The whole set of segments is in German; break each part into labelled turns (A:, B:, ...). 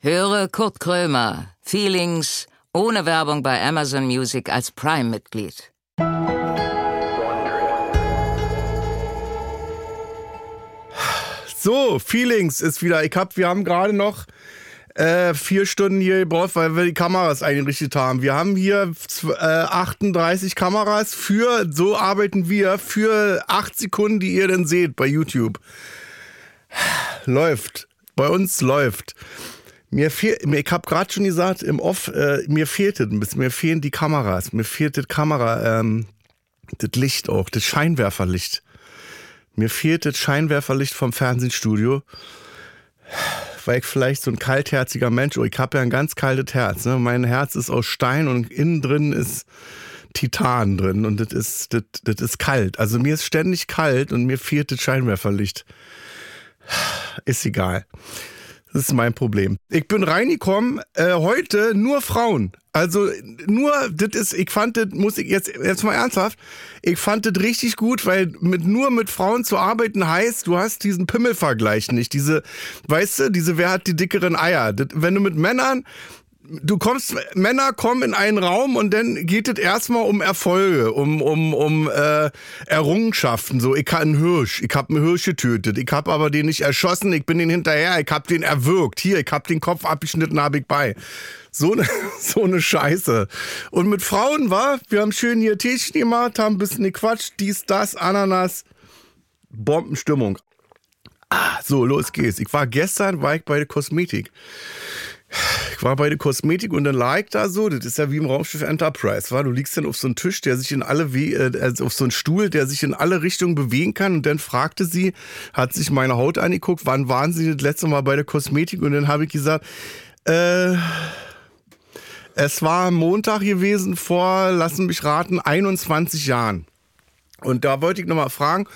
A: Höre Kurt Krömer, Feelings, ohne Werbung bei Amazon Music als Prime-Mitglied.
B: So, Feelings ist wieder. Ich hab, wir haben gerade noch äh, vier Stunden hier gebraucht, weil wir die Kameras eingerichtet haben. Wir haben hier zw- äh, 38 Kameras für, so arbeiten wir, für acht Sekunden, die ihr dann seht bei YouTube. Läuft. Bei uns läuft. Mir fehl, mir, ich habe gerade schon gesagt, im Off, äh, mir fehlt es ein bisschen, mir fehlen die Kameras, mir fehlt das Kamera, ähm, das Licht auch, das Scheinwerferlicht. Mir fehlt das Scheinwerferlicht vom Fernsehstudio, weil ich vielleicht so ein kaltherziger Mensch, oh, ich habe ja ein ganz kaltes Herz. Ne? Mein Herz ist aus Stein und innen drin ist Titan drin und das ist, das, das ist kalt. Also mir ist ständig kalt und mir fehlt das Scheinwerferlicht. Ist egal. Das ist mein Problem. Ich bin reingekommen, äh, heute nur Frauen. Also nur, das ist, ich fand das, muss ich jetzt, jetzt mal ernsthaft, ich fand das richtig gut, weil mit, nur mit Frauen zu arbeiten heißt, du hast diesen Pimmelvergleich nicht. Diese, weißt du, diese, wer hat die dickeren Eier? Das, wenn du mit Männern, du kommst, Männer kommen in einen Raum und dann geht es erstmal um Erfolge, um, um, um äh, Errungenschaften. So, ich kann einen Hirsch, ich habe einen Hirsch getötet, ich habe aber den nicht erschossen, ich bin den hinterher, ich habe den erwürgt. Hier, ich habe den Kopf abgeschnitten, habe ich bei. So eine, so eine Scheiße. Und mit Frauen war, wir haben schön hier Tischchen gemacht, haben ein bisschen gequatscht, dies, das, Ananas. Bombenstimmung. Ah, so, los geht's. Ich war gestern, war ich bei der Kosmetik. Ich war bei der Kosmetik und dann lag ich da so, das ist ja wie im Raumschiff Enterprise, war. Du liegst dann auf so einem Tisch, der sich in alle We äh, also auf so einem Stuhl, der sich in alle Richtungen bewegen kann. Und dann fragte sie, hat sich meine Haut angeguckt, wann waren sie das letzte Mal bei der Kosmetik? Und dann habe ich gesagt, äh, es war Montag gewesen vor, lassen mich raten, 21 Jahren. Und da wollte ich nochmal fragen,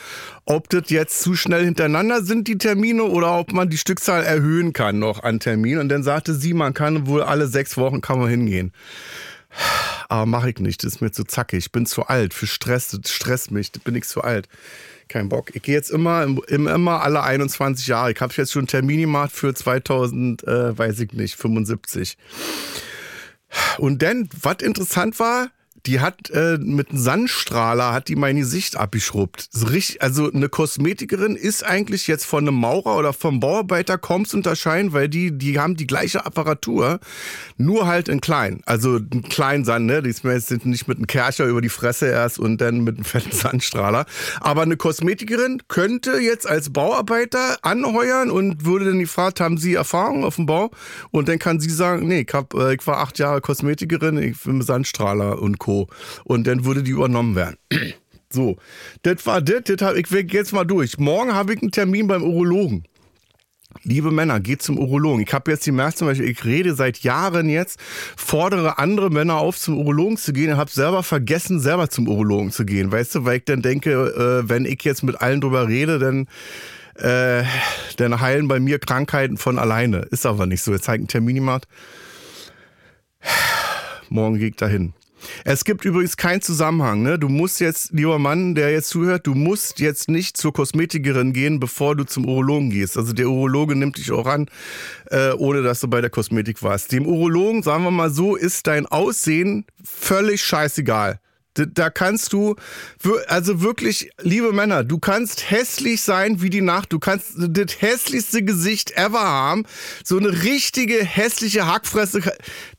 B: ob das jetzt zu schnell hintereinander sind, die Termine, oder ob man die Stückzahl erhöhen kann noch an Terminen. Und dann sagte sie, man kann wohl alle sechs Wochen kann man hingehen. Aber mache ich nicht, das ist mir zu zackig. Ich bin zu alt für Stress, das stresst mich, da bin ich zu alt. Kein Bock. Ich gehe jetzt immer, im- im- immer alle 21 Jahre. Ich habe jetzt schon einen Termin gemacht für 2000, äh, weiß ich nicht, 75. Und dann, was interessant war, die hat äh, mit einem Sandstrahler hat die mein Gesicht abgeschrubbt. So richtig, also eine Kosmetikerin ist eigentlich jetzt von einem Maurer oder vom Bauarbeiter kaum zu unterscheiden, weil die die haben die gleiche Apparatur, nur halt in klein. Also ein kleinen Sand, ne? Die ist mir jetzt nicht mit einem Kercher über die Fresse erst und dann mit einem fetten Sandstrahler. Aber eine Kosmetikerin könnte jetzt als Bauarbeiter anheuern und würde dann gefragt, haben Sie Erfahrung auf dem Bau? Und dann kann sie sagen, nee, ich, hab, äh, ich war acht Jahre Kosmetikerin, ich bin Sandstrahler und Co. Und dann würde die übernommen werden. So, das war das, das hab, ich will jetzt mal durch. Morgen habe ich einen Termin beim Urologen. Liebe Männer, geht zum Urologen. Ich habe jetzt gemerkt, zum Beispiel, ich rede seit Jahren jetzt, fordere andere Männer auf, zum Urologen zu gehen und habe selber vergessen, selber zum Urologen zu gehen. Weißt du, weil ich dann denke, äh, wenn ich jetzt mit allen drüber rede, dann, äh, dann heilen bei mir Krankheiten von alleine. Ist aber nicht so. Jetzt habe ich einen Termin gemacht. Morgen gehe ich dahin. Es gibt übrigens keinen Zusammenhang. Ne? Du musst jetzt, lieber Mann, der jetzt zuhört, du musst jetzt nicht zur Kosmetikerin gehen, bevor du zum Urologen gehst. Also der Urologe nimmt dich auch an, äh, ohne dass du bei der Kosmetik warst. Dem Urologen, sagen wir mal so, ist dein Aussehen völlig scheißegal. D- Da kannst du, wir- also wirklich, liebe Männer, du kannst hässlich sein wie die Nacht. Du kannst das hässlichste Gesicht ever haben. So eine richtige hässliche Hackfresse.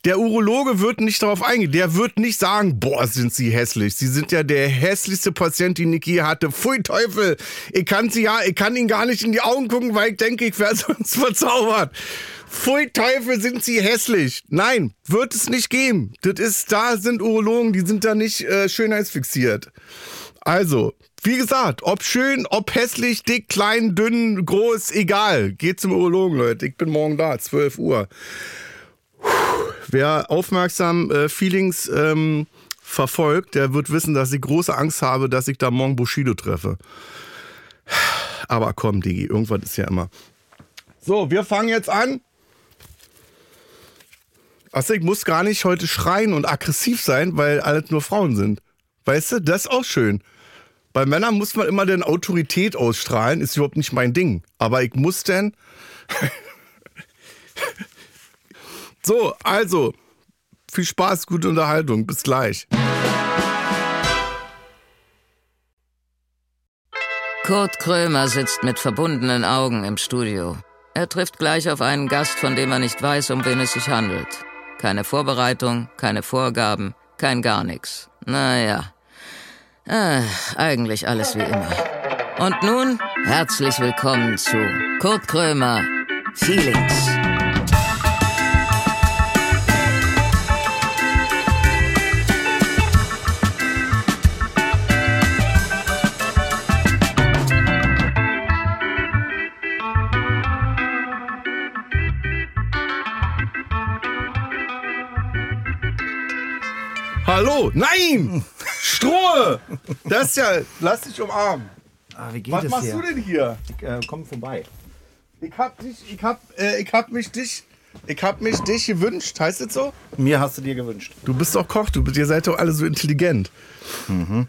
B: Der Urologe wird nicht darauf eingehen. Der wird nicht sagen, boah, sind sie hässlich. Sie sind ja der hässlichste Patient, den ich je hatte. Pfui Teufel. Ich kann sie ja, ich kann ihnen gar nicht in die Augen gucken, weil ich denke, ich wäre sonst verzaubert. Pfui Teufel, sind sie hässlich. Nein, wird es nicht geben. Das ist, da sind Urologen, die sind da nicht äh, schönheitsfixiert. Also, wie gesagt, ob schön, ob hässlich, dick, klein, dünn, groß, egal. Geht zum Urologen, Leute. Ich bin morgen da, 12 Uhr. Puh. Wer aufmerksam äh, Feelings ähm, verfolgt, der wird wissen, dass ich große Angst habe, dass ich da morgen Bushido treffe. Aber komm, Digi, irgendwas ist ja immer. So, wir fangen jetzt an. Achso, ich muss gar nicht heute schreien und aggressiv sein, weil alles nur Frauen sind. Weißt du, das ist auch schön. Bei Männern muss man immer denn Autorität ausstrahlen, ist überhaupt nicht mein Ding. Aber ich muss denn. So, also, viel Spaß, gute Unterhaltung. Bis gleich.
A: Kurt Krömer sitzt mit verbundenen Augen im Studio. Er trifft gleich auf einen Gast, von dem er nicht weiß, um wen es sich handelt. Keine Vorbereitung, keine Vorgaben, kein gar nichts. Naja, äh, eigentlich alles wie immer. Und nun herzlich willkommen zu Kurt Krömer, Feelings.
B: Hallo, nein! Strohe! Das ist ja, lass dich umarmen.
C: Ah, wie geht
B: Was
C: das
B: machst
C: hier?
B: du denn hier?
C: denn? Äh, komm vorbei.
B: Ich hab dich, ich hab, äh, ich hab mich dich, ich hab mich dich gewünscht. Heißt das so?
C: Mir hast du dir gewünscht.
B: Du bist doch Koch, du, ihr seid doch alle so intelligent. Mhm.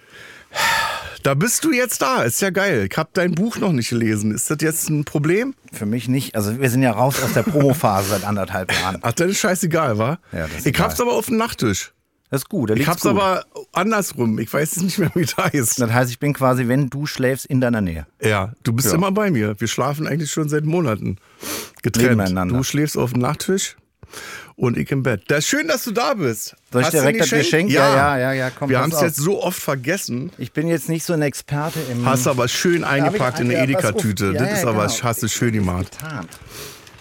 B: Da bist du jetzt da, ist ja geil. Ich hab dein Buch noch nicht gelesen. Ist das jetzt ein Problem?
C: Für mich nicht. Also wir sind ja raus aus der Promophase seit anderthalb Jahren.
B: Ach, dann ist scheißegal, wa?
C: Ja, das ist
B: ich hab's
C: egal.
B: aber auf dem Nachttisch.
C: Das ist gut. Da
B: Ich
C: liegt's
B: hab's
C: gut.
B: aber andersrum. Ich weiß es nicht mehr, wie das heißt.
C: Das heißt, ich bin quasi, wenn du schläfst, in deiner Nähe.
B: Ja, du bist
C: Ja.
B: immer bei mir. Wir schlafen eigentlich schon seit Monaten getrennt.
C: Nebeneinander.
B: Du schläfst auf dem Nachttisch und ich im Bett. Das ist schön, dass du da bist.
C: Soll ich
B: du
C: direkt das
B: ein
C: Geschenk? Ja,
B: Ja,
C: ja, ja, ja, komm,
B: Wir
C: pass
B: haben es
C: auf.
B: jetzt so oft vergessen.
C: Ich bin jetzt nicht so ein Experte im.
B: Hast du aber schön eingepackt in eine
C: ja, pass auf.
B: Edeka-Tüte.
C: Ja,
B: das
C: ja,
B: ist aber,
C: genau.
B: hast du schön gemacht.
C: Tarn.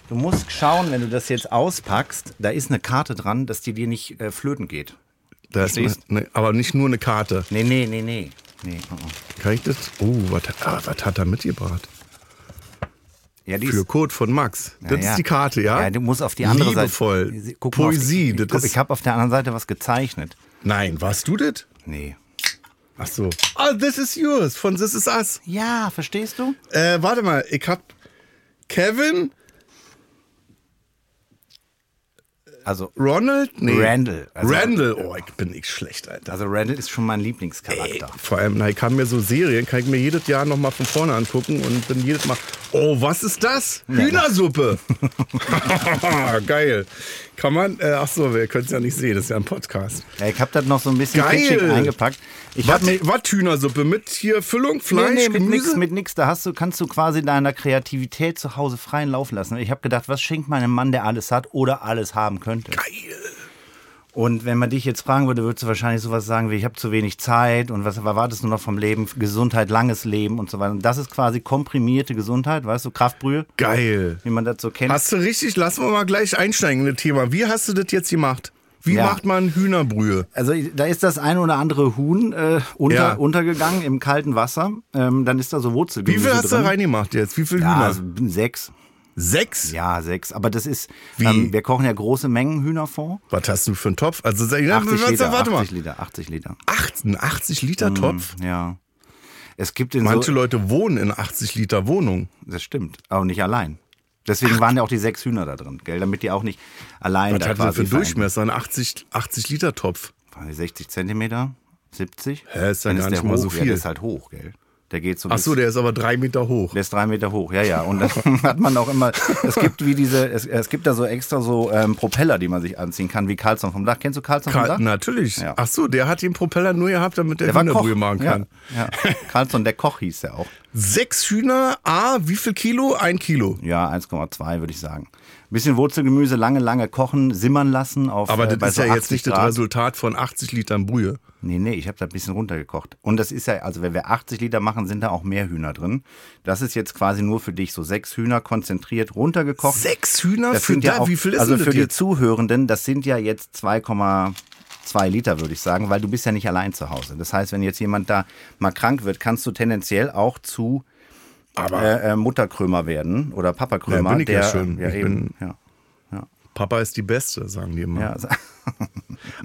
C: Du musst schauen, wenn du das jetzt auspackst, da ist eine Karte dran, dass die dir nicht äh, flöten geht.
B: Da ist eine,
C: Verstehst?
B: ne, aber nicht nur eine Karte.
C: Nee, nee, nee, nee. nee oh, oh.
B: Kann ich das? Oh, was, ah, was hat er mitgebracht?
C: Ja, die
B: Für
C: ist,
B: Code von Max. Das
C: ja, ja.
B: ist die Karte, ja?
C: Ja, du musst auf die andere Seite.
B: Liebevoll.
C: Guck mal auf die-
B: Poesie.
C: Ich,
B: das
C: guck,
B: ist,
C: ich habe auf der anderen Seite was gezeichnet.
B: Nein, warst du das?
C: Nee.
B: Ach so. Oh, This Is Yours von This Is Us.
C: Ja, verstehst du?
B: Äh, warte mal, ich hab Kevin,
C: Also,
B: Ronald, nee.
C: Randall. Also-
B: Randall. Oh, ich bin nicht schlecht, Alter.
C: also Randall ist schon mein
B: Ey,
C: Lieblingscharakter.
B: vor allem, na, ich kann mir so Serien, kann ich mir jedes Jahr nochmal von vorne angucken und bin jedes Mal, oh, was ist das? Hühnersuppe. Geil. Kann man, äh, ach so, wir können es ja nicht sehen, das ist ja ein Podcast.
C: Ja, ich habe das noch so ein bisschen
B: Geil.
C: kitschig eingepackt. Ich
B: Was,
C: habe mir
B: was Hühnersuppe mit hier Füllung, Fleisch,
C: nee, nee, mit
B: Gemüse?
C: nix, mit nix. Da hast du, kannst du quasi deiner Kreativität zu Hause freien Lauf lassen. Ich habe gedacht, was schenkt man einem Mann, der alles hat oder alles haben könnte?
B: Geil.
C: Und wenn man dich jetzt fragen würde, würdest du wahrscheinlich sowas sagen wie, ich habe zu wenig Zeit und was erwartest du noch vom Leben? Gesundheit, langes Leben und so weiter. Und das ist quasi komprimierte Gesundheit, weißt du, Kraftbrühe,
B: Geil.
C: wie man das so kennt.
B: Hast du richtig, lassen wir mal gleich einsteigen in das Thema. Wie hast du das jetzt gemacht? Wie
C: Ja.
B: macht man Hühnerbrühe?
C: Also da ist das ein oder andere Huhn äh, unter,
B: Ja.
C: untergegangen im kalten Wasser. Ähm, dann ist da so
B: Wie
C: Wurzelgemüse
B: viel hast du
C: drin.
B: reingemacht jetzt? Wie viel
C: Ja,
B: Hühner?
C: also sechs.
B: Sechs?
C: Ja, sechs. Aber das ist,
B: Wie?
C: ähm, wir kochen ja große Mengen Hühnerfond.
B: Was hast du für einen Topf? Also, sag- ja,
C: 80 Liter,
B: warte mal.
C: 80 Liter, 80 Liter. Mhm.
B: 80 Liter Topf?
C: Ja. Es gibt in
B: Manche
C: so,
B: Leute wohnen in 80 Liter Wohnung.
C: das stimmt, aber nicht allein. Deswegen waren ja auch die sechs Hühner da drin, gell? Damit die auch nicht allein
B: Was
C: da
B: hat das für
C: quasi
B: einen Durchmesser? Ein 80, 80 Liter Topf.
C: Quasi 60 Zentimeter, 70.
B: Hä, ist ja
C: Dann
B: gar
C: der
B: nicht mal
C: hoch,
B: so
C: Ja,
B: viel.
C: der ist halt hoch, gell? Der geht so
B: Ach
C: bis-
B: so, der ist aber drei Meter hoch.
C: Der ist drei Meter hoch, ja, ja. Und dann hat man auch immer, es gibt wie diese, es, es gibt da so extra so ähm, Propeller, die man sich anziehen kann, wie Carlson vom Dach. Kennst du Carlson vom
B: Ka
C: Dach?
B: natürlich.
C: Ja.
B: Ach so, der hat den Propeller nur gehabt, damit der, Hühnerbrühe machen kann.
C: Ja, ja. Carlson, der Koch hieß der auch.
B: Sechs Hühner, ah, wie viel Kilo? Ein Kilo.
C: Ja, 1,2 würde ich sagen. Ein bisschen Wurzelgemüse, lange, lange kochen, simmern lassen. Auf,
B: Aber
C: äh, bei
B: das ist
C: so
B: ja jetzt
C: 80
B: nicht das
C: Grad.
B: Resultat von 80 Litern Brühe.
C: Nee, nee, ich habe da ein bisschen runtergekocht. Und das ist ja, also wenn wir 80 Liter machen, sind da auch mehr Hühner drin. Das ist jetzt quasi nur für dich so sechs Hühner konzentriert runtergekocht.
B: Sechs Hühner
C: Das
B: für
C: sind ja
B: da,
C: auch,
B: wie viel ist
C: also
B: denn
C: für
B: das
C: die
B: jetzt?
C: Zuhörenden, das sind ja jetzt 2,2 Liter, würde ich sagen, weil du bist ja nicht allein zu Hause. Das heißt, wenn jetzt jemand da mal krank wird, kannst du tendenziell auch zu äh, äh, Mutterkrömer werden oder Papakrömer.
B: Ja, bin ich ja
C: der,
B: schon.
C: Ja,
B: Ich
C: eben, ja.
B: Papa ist die Beste, sagen die immer.
C: Ja, also,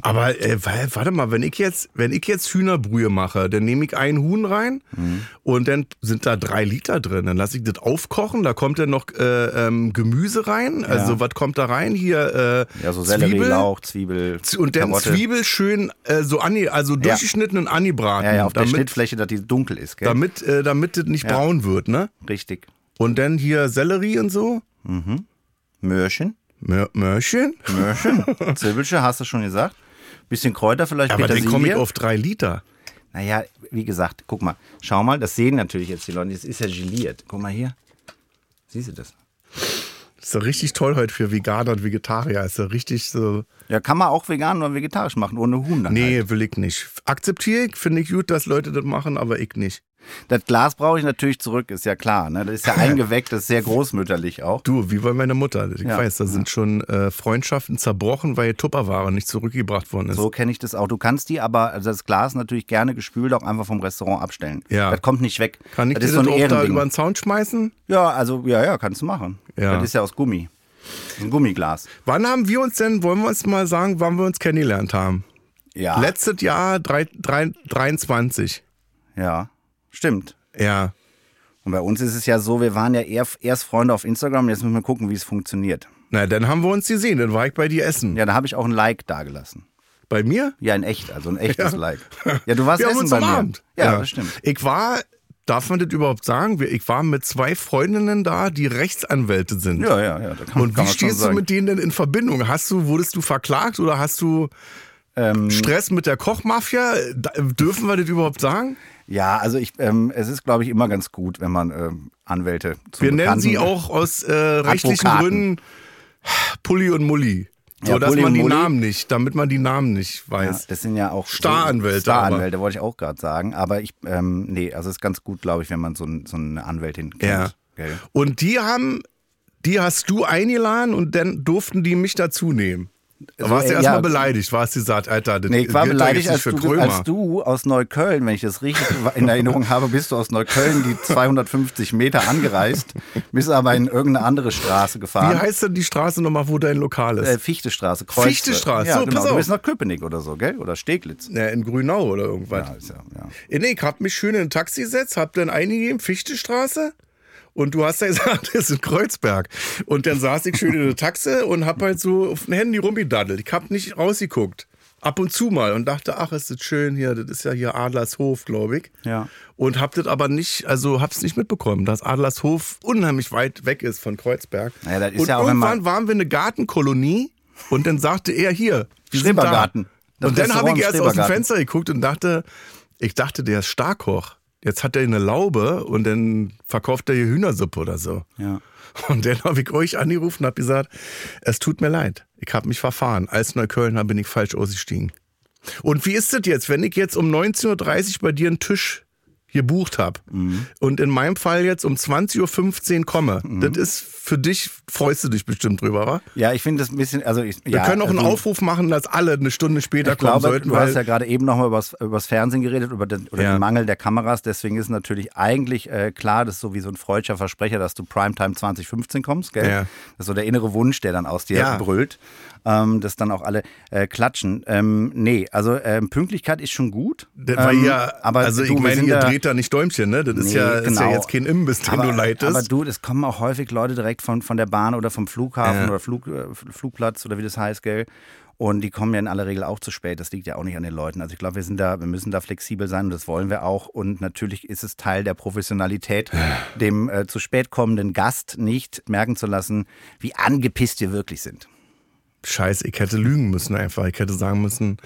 B: Aber äh, wa- warte mal, wenn ich jetzt, wenn ich jetzt Hühnerbrühe mache, dann nehme ich ein Huhn rein
C: Mhm.
B: und dann sind da drei Liter drin. Dann lasse ich das aufkochen, da kommt dann noch äh, ähm, Gemüse rein. Also was kommt da rein? Hier äh,
C: ja so Sellerie,
B: Zwiebel.
C: Lauch, Zwiebel.
B: Z- Und dann
C: Karotte.
B: Zwiebel schön äh, so ange, also durchgeschnitten und angebraten,
C: Ja, ja, auf der
B: damit,
C: Schnittfläche, dass die dunkel ist, gell?
B: damit, äh, damit das nicht braun wird, ne?
C: Richtig.
B: Und dann hier Sellerie und so.
C: Möhrchen.
B: Mö- Möhrchen?
C: Möhrchen, Zirbelsche, hast du schon gesagt. Bisschen Kräuter vielleicht,
B: Aber dann komme ich
C: Petersilie.
B: auf drei Liter.
C: Naja, wie gesagt, guck mal, schau mal, das sehen natürlich jetzt die Leute, das ist ja geliert. Guck mal hier, siehst du das?
B: Das ist doch richtig toll heute für Veganer und Vegetarier. Ist doch richtig so.
C: Ja, kann man auch vegan oder vegetarisch machen, ohne Huhn dann
B: Nee, will ich nicht. Akzeptiere ich, finde ich gut, dass Leute das machen, aber ich nicht.
C: Das Glas brauche ich natürlich zurück, ist ja klar. Ne? Das ist ja eingeweckt, das ist sehr großmütterlich auch.
B: Du, wie bei meiner Mutter. Ich
C: Ja.
B: weiß, da sind schon äh, Freundschaften zerbrochen, weil Tupperware nicht zurückgebracht worden ist.
C: So kenne ich das auch. Du kannst die aber, also das Glas natürlich gerne gespült, auch einfach vom Restaurant abstellen.
B: Ja.
C: Das kommt nicht weg.
B: Kann ich
C: das
B: das
C: ist so ein
B: auch da über
C: Ehrending.
B: den Zaun schmeißen?
C: Ja, also, ja, ja, kannst du machen.
B: Ja.
C: Das ist ja aus Gummi. Ein Gummiglas.
B: Wann haben wir uns denn, wollen wir uns mal sagen, wann wir uns kennengelernt haben?
C: Ja.
B: Letztes Jahr drei, drei, 23.
C: ja. Stimmt.
B: Ja.
C: Und bei uns ist es ja so, wir waren ja eher, erst Freunde auf Instagram, jetzt müssen wir gucken, wie es funktioniert.
B: Na, dann haben wir uns gesehen. Dann war ich bei dir essen.
C: Ja, da habe ich auch ein Like dagelassen.
B: Bei mir?
C: Ja, ein echt, also ein echtes
B: Ja.
C: Like. Ja, du warst
B: wir haben
C: essen
B: uns
C: bei mir.
B: umarmt.
C: Ja, das stimmt.
B: Ich war, darf man das überhaupt sagen? Wir- Ich war mit zwei Freundinnen da, die Rechtsanwälte sind.
C: Ja, ja, ja. Da kann, kann
B: Und wie
C: man schon
B: stehst du
C: sagen.
B: mit denen denn in Verbindung? Hast du, wurdest du verklagt oder hast du
C: Ähm,
B: Stress mit der Kochmafia? Da- Dürfen wir das überhaupt sagen?
C: Ja, also ich, ähm, es ist, glaube ich, immer ganz gut, wenn man ähm, Anwälte zu
B: Wir nennen sie
C: Bekannten-
B: auch aus äh, rechtlichen
C: Advokaten.
B: Gründen Pulli und Mulli. So,
C: Ja,
B: dass
C: Pulli
B: man
C: und
B: die
C: Mulli.
B: Namen nicht, damit man die Namen nicht
C: Ja,
B: weiß.
C: das sind ja auch so-
B: Staranwälte,
C: Staranwälte wollte ich auch gerade sagen, aber ich, ähm, nee, also es ist ganz gut, glaube ich, wenn man so, ein, so eine Anwältin kennt.
B: Ja.
C: Gell?
B: Und die haben, die hast du eingeladen und dann durften die mich dazu nehmen. Da warst du
C: äh,
B: erstmal
C: ja.
B: beleidigt, warst du gesagt, Alter, das
C: Nee, ich war
B: gilt doch jetzt
C: beleidigt,
B: nicht
C: als
B: für
C: du,
B: Krömer.
C: als du aus Neukölln, wenn ich das richtig in Erinnerung habe, bist du aus Neukölln die 250 Meter angereist, bist aber in irgendeine andere Straße
B: Wie
C: gefahren.
B: heißt denn die Straße nochmal, wo dein Lokal ist?
C: Äh, Fichtestraße, Kreuz.
B: Fichtestraße,
C: ja,
B: so,
C: genau.
B: pass
C: Du
B: auf.
C: bist nach Köpenick oder so, gell? Oder Steglitz.
B: Na, in Grünau oder irgendwas.
C: Ja, ist ja, ja.
B: Äh, Nee, ich hab mich schön in ein Taxi gesetzt, hab dann eingegeben, Fichtestraße. Und du hast ja gesagt, das ist in Kreuzberg. Und dann saß ich schön in der Taxe und hab halt so auf dem Handy rumgedaddelt. Ich hab nicht rausgeguckt. Ab und zu mal und dachte, ach, ist das schön hier, das ist ja hier Adlershof, glaube ich.
C: Ja.
B: Und hab das aber nicht, also hab's nicht mitbekommen, dass Adlershof unheimlich weit weg ist von Kreuzberg.
C: Naja, das ist
B: und
C: ja auch, wenn man-
B: irgendwann waren wir eine Gartenkolonie und dann sagte er hier, wir sind da.
C: Schrebergarten. Das
B: Und dann
C: Restaurant
B: habe
C: im
B: ich erst aus dem
C: Schrebergarten.
B: Fenster geguckt und dachte, ich dachte, der ist Starkoch. Jetzt hat er eine Laube und dann verkauft er hier Hühnersuppe oder so.
C: Ja.
B: Und dann habe ich euch angerufen und habe gesagt, es tut mir leid, ich habe mich verfahren. Als Neuköllner bin ich falsch ausgestiegen. Und wie ist das jetzt, wenn ich jetzt um 19.30 Uhr bei dir einen Tisch gebucht habe
C: Mhm.
B: und in meinem Fall jetzt um 20.15 Uhr komme? Das ist für dich, freust du dich bestimmt drüber, wa?
C: Ja, ich finde das ein bisschen, also ich,
B: Wir
C: ja,
B: können auch einen
C: also,
B: Aufruf machen, dass alle eine Stunde später
C: Ich glaube,
B: kommen sollten.
C: du hast
B: Weil
C: ja gerade eben nochmal übers, übers Fernsehen geredet, über den, oder
B: Ja.
C: den Mangel der Kameras. Deswegen ist natürlich eigentlich äh, klar, das ist so wie so ein freudscher Versprecher, dass du Primetime 2015 kommst, gell?
B: Ja.
C: Das ist so der innere Wunsch, der dann aus dir
B: Ja.
C: brüllt, ähm, dass dann auch alle äh, klatschen. Ähm, nee, also ähm, Pünktlichkeit ist schon gut.
B: Das war
C: ähm,
B: ja,
C: aber
B: also
C: du,
B: ich
C: wir
B: meine,
C: sind
B: ihr
C: ja-
B: dreht da nicht Däumchen, ne? Das ist,
C: Nee,
B: ja, ist ja
C: genau.
B: jetzt kein Imbiss, den
C: aber,
B: du leitest.
C: Aber du, es kommen auch häufig Leute direkt von, von der Bahn oder vom Flughafen
B: Ja.
C: oder Flug, äh, Flugplatz oder wie das heißt, gell? Und die kommen ja in aller Regel auch zu spät. Das liegt ja auch nicht an den Leuten. Also ich glaube, wir sind da, wir müssen da flexibel sein und das wollen wir auch. Und natürlich ist es Teil der Professionalität, dem äh, zu spät kommenden Gast nicht merken zu lassen, wie angepisst wir wirklich sind.
B: Scheiße, ich hätte lügen müssen einfach. Ich hätte sagen müssen,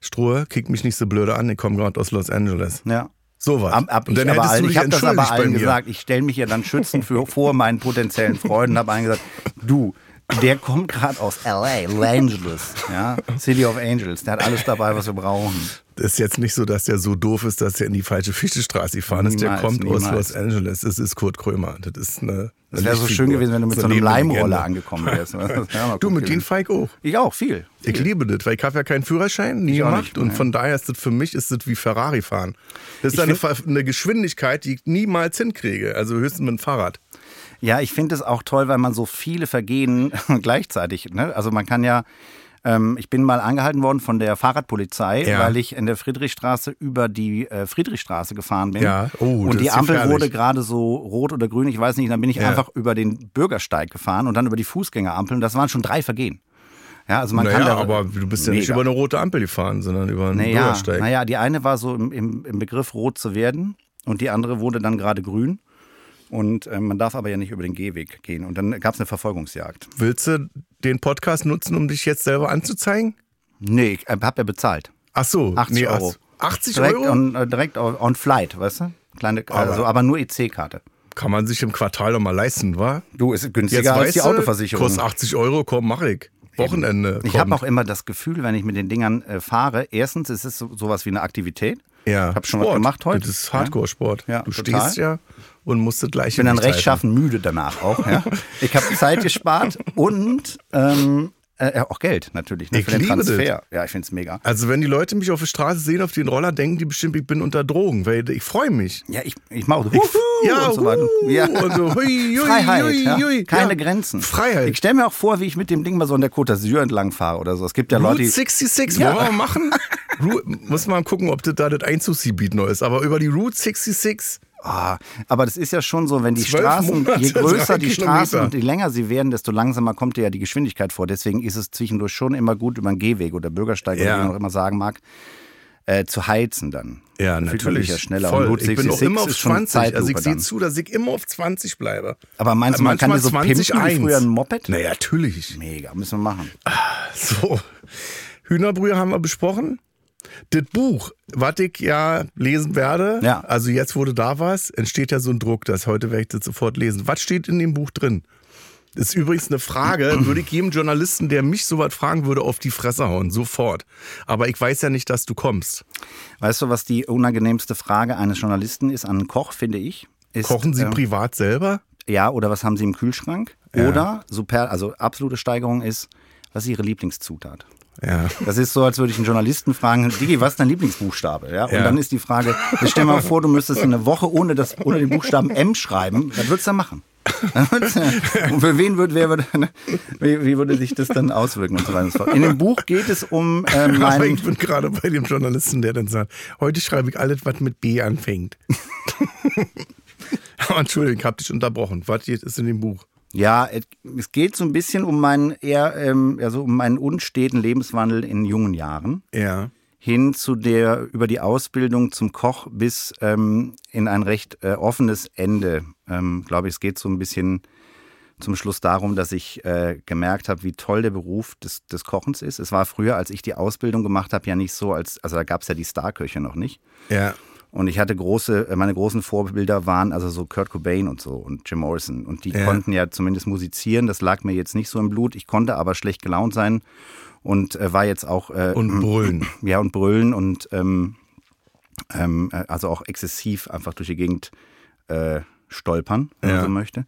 B: Strohe, kick mich nicht so blöde an, ich komme gerade aus Los Angeles.
C: Ja.
B: Sowas.
C: Ab, ab,
B: Und dann
C: ich aber
B: hättest
C: allen,
B: du dich
C: ich habe das aber
B: entschuldigt bei
C: allen
B: mir.
C: gesagt. Ich stelle mich ja dann schützend für, vor meinen potenziellen Freunden, habe allen gesagt, du, der kommt gerade aus L.A., Los Angeles, ja, City of Angels. Der hat alles dabei, was wir brauchen.
B: Ist jetzt nicht so, dass der so doof ist, dass er in die falsche Fischestraße gefahren ist. Der
C: Niemals,
B: kommt aus
C: niemals.
B: Los Angeles. Das ist Kurt Krömer. Das ist eine.
C: Das wäre so schön gewesen, wenn du mit so einem Leimroller angekommen wärst. Oh,
B: Du, mit denen feig auch.
C: Ich auch, viel.
B: Ich liebe das, weil ich habe ja keinen Führerschein, nie
C: Ich auch
B: gemacht.
C: nicht,
B: und
C: nein.
B: von daher ist das für mich ist das wie Ferrari fahren. Das ist
C: Ich
B: eine,
C: find-
B: Ver- eine Geschwindigkeit, die ich niemals hinkriege. Also höchstens mit dem Fahrrad.
C: Ja, ich finde es auch toll, weil man so viele Vergehen gleichzeitig, ne? also man kann ja, ähm, ich bin mal angehalten worden von der Fahrradpolizei,
B: Ja.
C: weil ich in der Friedrichstraße über die äh, Friedrichstraße gefahren bin
B: Ja. Oh, das
C: und die
B: ist
C: Ampel
B: gefährlich.
C: wurde gerade so rot oder grün, ich weiß nicht, dann bin ich einfach über den Bürgersteig gefahren und dann über die Fußgängerampel und das waren schon drei Vergehen. Ja, also man kann
B: naja,
C: da,
B: aber du bist ja nicht
C: Mega.
B: über eine rote Ampel gefahren, sondern über einen
C: naja,
B: Bürgersteig.
C: naja, die eine war so im, im, im Begriff rot zu werden und die andere wurde dann gerade grün. Und äh, man darf aber ja nicht über den Gehweg gehen. Und dann gab es eine Verfolgungsjagd.
B: Willst du den Podcast nutzen, um dich jetzt selber anzuzeigen?
C: Nee, ich äh, hab ja bezahlt.
B: Ach so,
C: 80
B: nee,
C: Euro.
B: ach- 80
C: direkt
B: Euro?
C: On, äh, direkt on, on flight, weißt du? Kleine, also, aber nur EC-Karte.
B: Kann man sich im Quartal doch mal leisten, wa?
C: Du, ist günstiger als die
B: weißt du,
C: Autoversicherung.
B: Kostet 80 Euro, komm, mach ich. Wochenende.
C: Ich
B: kommt.
C: habe auch immer das Gefühl, wenn ich mit den Dingern äh, fahre, erstens ist es so, sowas wie eine Aktivität.
B: ja.
C: Ich habe schon was
B: Sport.
C: gemacht heute.
B: Das ist Hardcore-Sport.
C: Ja,
B: du
C: total.
B: stehst ja und musst das gleich
C: Ich bin dann rechtschaffen müde danach auch. Ja? Ich habe Zeit gespart und ähm, äh, auch Geld natürlich ne,
B: Ich
C: für den
B: liebe das.
C: Transfer. Ja, ich finde es mega.
B: Also wenn die Leute mich auf der Straße sehen, auf den Roller, denken die bestimmt, ich bin unter Drogen, weil ich freue mich.
C: Ja, ich, ich mache auch so Huhu
B: ja,
C: und so weiter.
B: Huhu
C: Ja.
B: und so, hui, hui,
C: Freiheit,
B: hui,
C: ja.
B: hui.
C: keine
B: Ja,
C: Grenzen.
B: Freiheit.
C: Ich stelle mir auch vor, wie ich mit dem Ding mal so in der Côte d'Azur entlang fahre oder so. Es gibt ja Leute,
B: Route
C: die,
B: 66,
C: Ja.
B: wollen wir mal machen? Ru muss mal gucken, ob das da das Einzugsgebiet neu ist. Aber über die Route 66,
C: Ah, aber das ist ja schon so, wenn die
B: Zwölf
C: Straßen,
B: Monate,
C: je größer
B: drei
C: die Straßen
B: Kilometer.
C: und je länger sie werden, desto langsamer kommt dir ja die Geschwindigkeit vor. Deswegen ist es zwischendurch schon immer gut, über einen Gehweg oder Bürgersteig
B: Ja.
C: oder wie man auch immer sagen mag, äh, zu heizen dann.
B: Ja,
C: Dann fühlt man
B: natürlich.
C: sich ja schneller.
B: Voll.
C: Und Route
B: ich bin auch
C: 66
B: immer auf
C: ist schon eine
B: 20. Also ich
C: Zeitlupe
B: sehe
C: dann.
B: zu, dass ich immer auf 20 bleibe.
C: Aber meinst du, man kann
B: Manchmal
C: die so pimpen wie
B: 20,
C: früher ein Moped?
B: Naja, natürlich.
C: Mega, müssen wir machen.
B: So. Hühnerbrühe haben wir besprochen. Das Buch, was ich ja lesen werde,
C: Ja.
B: also jetzt wurde da was, entsteht ja so ein Druck, dass heute werde ich das sofort lesen. Was steht in dem Buch drin? Das ist übrigens eine Frage, würde ich jedem Journalisten, der mich so was fragen würde, auf die Fresse hauen, sofort. Aber ich weiß ja nicht, dass du kommst.
C: Weißt du, was die unangenehmste Frage eines Journalisten ist an einen Koch, finde ich? Ist,
B: Kochen Sie
C: ähm,
B: privat selber?
C: Ja, oder was haben Sie im Kühlschrank? Oder, super, also absolute Steigerung ist, was ist Ihre Lieblingszutat?
B: Ja.
C: Das ist so, als würde ich einen Journalisten fragen, Digi, was ist dein Lieblingsbuchstabe? Ja? Und
B: Ja.
C: dann ist die Frage, jetzt stell mal vor, du müsstest eine Woche ohne, das, ohne den Buchstaben M schreiben, was würdest du dann machen? Dann würdest du- Und für wen würde, wer würde, ne, wie, wie würde sich das dann auswirken und so weiter und so fort. In dem Buch geht es um äh,
B: Aber
C: meinen,
B: ich bin gerade bei dem Journalisten, der dann sagt, heute schreibe ich alles, was mit B anfängt. Aber Entschuldigung, ich habe dich unterbrochen. Was jetzt ist in dem Buch?
C: ja, es geht so ein bisschen um meinen eher, ähm, also um meinen unsteten Lebenswandel in jungen Jahren.
B: Ja.
C: hin zu der über die Ausbildung zum Koch bis ähm, in ein recht äh, offenes Ende. Ähm, glaube ich, es geht so ein bisschen zum Schluss darum, dass ich äh, gemerkt habe, wie toll der Beruf des, des Kochens ist. Es war früher, als ich die Ausbildung gemacht habe, ja nicht so, als also da gab es ja die Starköche noch nicht.
B: Ja.
C: Und ich hatte große, äh, meine großen Vorbilder waren also so Kurt Cobain und so und Jim Morrison. Und die
B: Ja.
C: konnten ja zumindest musizieren. Das lag mir jetzt nicht so im Blut. Ich konnte aber schlecht gelaunt sein und äh, war jetzt auch äh,
B: Und brüllen.
C: ja, und brüllen und ähm, ähm, äh, also auch exzessiv einfach durch die Gegend äh, stolpern, wenn
B: Ja.
C: man so möchte.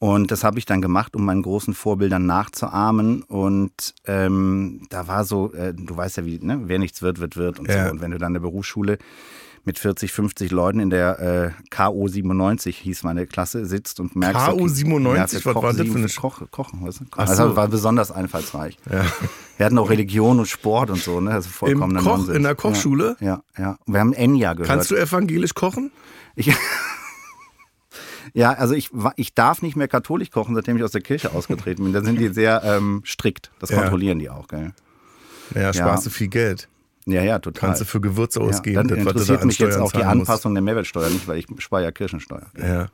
C: Und das habe ich dann gemacht, um meinen großen Vorbildern nachzuahmen. Und ähm, da war so, äh, du weißt ja, wie, ne? wer nichts wird, wird, wird und
B: Ja.
C: so. Und wenn du dann eine Berufsschule mit 40, 50 Leuten in der äh, KO 97 hieß meine Klasse sitzt und merkst
B: KO 97?
C: ja,
B: Was war das
C: sieben
B: für eine
C: Koch, Kochen, weißt du?
B: Ach
C: Also
B: so.
C: war besonders einfallsreich. Wir hatten auch Religion und Sport und so, ne? Also
B: Im
C: vollkommener
B: Koch,
C: Nonsens.
B: in der Kochschule?
C: Ja, ja. ja. Und Wir haben Enya gehört.
B: Kannst du evangelisch kochen?
C: Ich, ja, also ich, wa- ich darf nicht mehr katholisch kochen, seitdem ich aus der Kirche ausgetreten bin. Da sind die sehr ähm, strikt. Das
B: Ja.
C: kontrollieren die auch, gell?
B: Ja, sparst du viel Geld.
C: Ja, ja, total.
B: Kannst du für Gewürze
C: ja,
B: ausgeben,
C: dann
B: das, was du
C: interessiert
B: da an
C: mich jetzt
B: Steuern
C: auch die
B: zahlen musst.
C: Anpassung der Mehrwertsteuer nicht, weil ich spare ja Kirchensteuer.
B: Ja.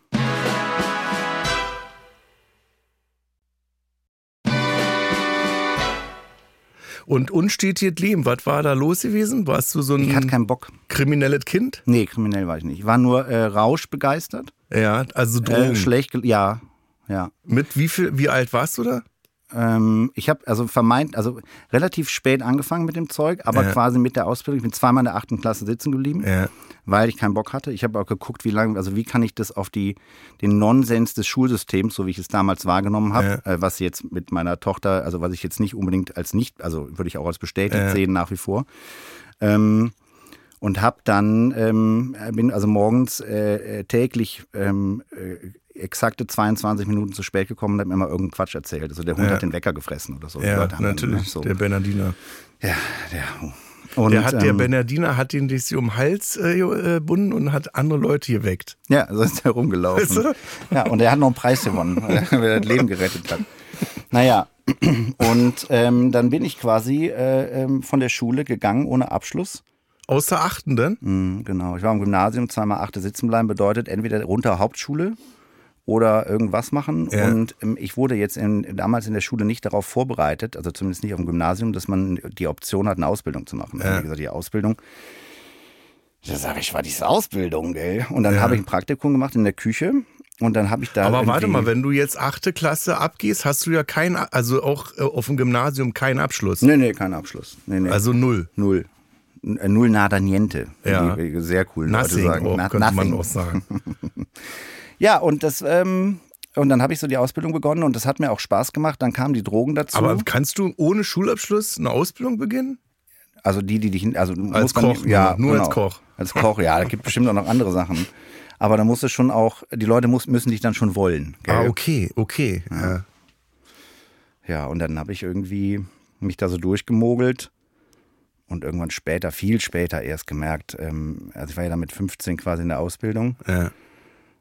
B: Und unstetes Leben, was war da los gewesen? Warst du so
C: Ich hatte
B: ein
C: keinen Bock.
B: kriminelles Kind?
C: Nee, kriminell war ich nicht. Ich war nur äh, rauschbegeistert.
B: Ja, also Drogen.
C: Äh, schlecht, gel- ja, ja.
B: Mit wie viel, wie alt warst du da?
C: Ähm, ich habe also vermeint, also relativ spät angefangen mit dem Zeug, aber
B: Ja.
C: quasi mit der Ausbildung. Ich bin zweimal in der achten Klasse sitzen geblieben,
B: Ja.
C: weil ich keinen Bock hatte. Ich habe auch geguckt, wie lange, also wie kann ich das auf die, den Nonsens des Schulsystems, so wie ich es damals wahrgenommen habe, äh, was jetzt mit meiner Tochter, also was ich jetzt nicht unbedingt als nicht, also würde ich auch als bestätigt sehen nach wie vor. Ähm, und habe dann ähm, bin also morgens äh, äh, täglich ähm, äh, exakte 22 Minuten zu spät gekommen und habe mir immer irgendeinen Quatsch erzählt. Also der Hund hat den Wecker gefressen oder so. Die
B: Ja,
C: Leute haben dann, ne,
B: natürlich.
C: So.
B: Der Bernardiner.
C: ja, der, und,
B: Der, hat, der
C: ähm,
B: Bernardiner hat ihn sich um den Hals äh, gebunden und hat andere Leute geweckt.
C: Ja, so ist er rumgelaufen.
B: Weißt du?
C: Ja, und er hat noch einen Preis gewonnen, weil er das Leben gerettet hat. Naja, und ähm, dann bin ich quasi äh, ähm, von der Schule gegangen ohne Abschluss.
B: Außer achten denn?
C: Mhm, Genau, ich war im Gymnasium, zweimal achte sitzen bleiben, bedeutet entweder runter Hauptschule oder irgendwas machen.
B: Ja.
C: Und ähm, ich wurde jetzt in, damals in der Schule nicht darauf vorbereitet, also zumindest nicht auf dem Gymnasium, dass man die Option hat, eine Ausbildung zu machen. Ja. Wie gesagt, die Ausbildung. Da sage ich, war diese Ausbildung, gell? Und dann habe ich ein Praktikum gemacht in der Küche. Und dann habe ich da.
B: Aber warte
C: irgendwie-
B: mal, wenn du jetzt achte Klasse abgehst, hast du ja keinen, also auch äh, auf dem Gymnasium keinen Abschluss.
C: Nee, nee, kein Abschluss. Nee, nee.
B: Also null.
C: Null. N- äh, Null nada niente. wie
B: Ja.
C: Die, äh, sehr cool.
B: Nothing, Oh
C: Leute sagen.
B: auch,
C: Na-
B: könnte man
C: nothing.
B: auch sagen.
C: Ja, und das, ähm, und dann habe ich so die Ausbildung begonnen und das hat mir auch Spaß gemacht. Dann kamen die Drogen dazu.
B: Aber kannst du ohne Schulabschluss eine Ausbildung beginnen?
C: also die, die dich, also du
B: Als
C: musst dann-
B: Koch,
C: ja,
B: nur, nur
C: genau.
B: als Koch.
C: Als Koch, ja, da gibt bestimmt auch noch andere Sachen. Aber da musst du schon auch, die Leute muss, müssen dich dann schon wollen. Gell?
B: Ah, okay, okay. Ja.
C: Ja, und dann habe ich irgendwie mich da so durchgemogelt und irgendwann später, viel später erst gemerkt, ähm, also ich war ja dann mit 15 quasi in der Ausbildung.
B: Ja.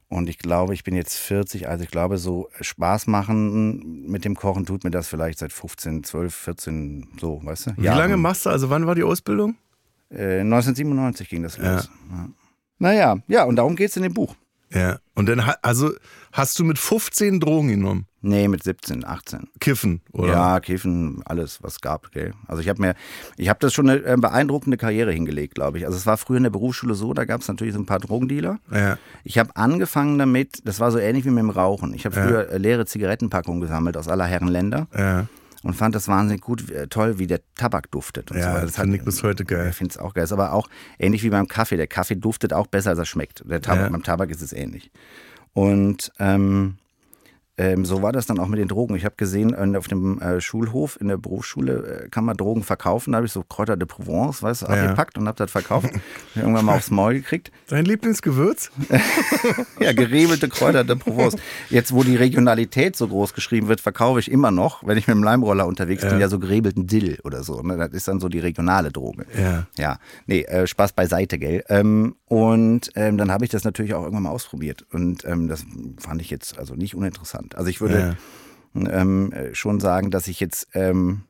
C: Und ich glaube, ich bin jetzt 40, also ich glaube, so Spaß machen mit dem Kochen tut mir das vielleicht seit 15, 12, 14, so, weißt du?
B: Wie lange machst du, also wann war die Ausbildung?
C: Äh, 1997 ging das los. Ja. Naja, ja, und darum geht's in dem Buch.
B: Ja. Und dann, ha- also hast du mit 15 Drogen genommen?
C: Nee, mit 17, 18.
B: Kiffen, oder?
C: Ja, Käfen, alles, was gab. Gell? Also ich habe mir, ich habe das schon eine äh, beeindruckende Karriere hingelegt, glaube ich. Also es war früher in der Berufsschule so, da gab es natürlich so ein paar Drogendealer.
B: Ja.
C: Ich habe angefangen damit, das war so ähnlich wie mit dem Rauchen. Ich habe früher äh, leere Zigarettenpackungen gesammelt aus aller Herren Länder
B: Ja.
C: und fand das wahnsinnig gut, äh, toll, wie der Tabak duftet. Und so.
B: Ja,
C: weiter.
B: das finde ich bis heute geil.
C: Ich finde es auch geil. Ist aber auch ähnlich wie beim Kaffee. Der Kaffee duftet auch besser, als er schmeckt. Der Tabak,
B: Ja.
C: Beim Tabak ist es ähnlich. Und ähm, ähm, so war das dann auch mit den Drogen. Ich habe gesehen, äh, auf dem äh, Schulhof, in der Berufsschule, äh, kann man Drogen verkaufen. Da habe ich so Kräuter de Provence, weißt du, abgepackt und habe das verkauft. Hab irgendwann mal aufs Maul gekriegt.
B: Dein Lieblingsgewürz?
C: Ja, geriebelte Kräuter de Provence. Jetzt, wo die Regionalität so groß geschrieben wird, verkaufe ich immer noch, wenn ich mit dem Leimroller unterwegs bin, ja so gerebelten Dill oder so. Ne? Das ist dann so die regionale Droge.
B: Ja.
C: Ja, nee, äh, Spaß beiseite, gell. Ähm, und ähm, dann habe ich das natürlich auch irgendwann mal ausprobiert. Und ähm, das fand ich jetzt also nicht uninteressant. Also ich würde ähm, äh, schon sagen, dass ich jetzt ähm,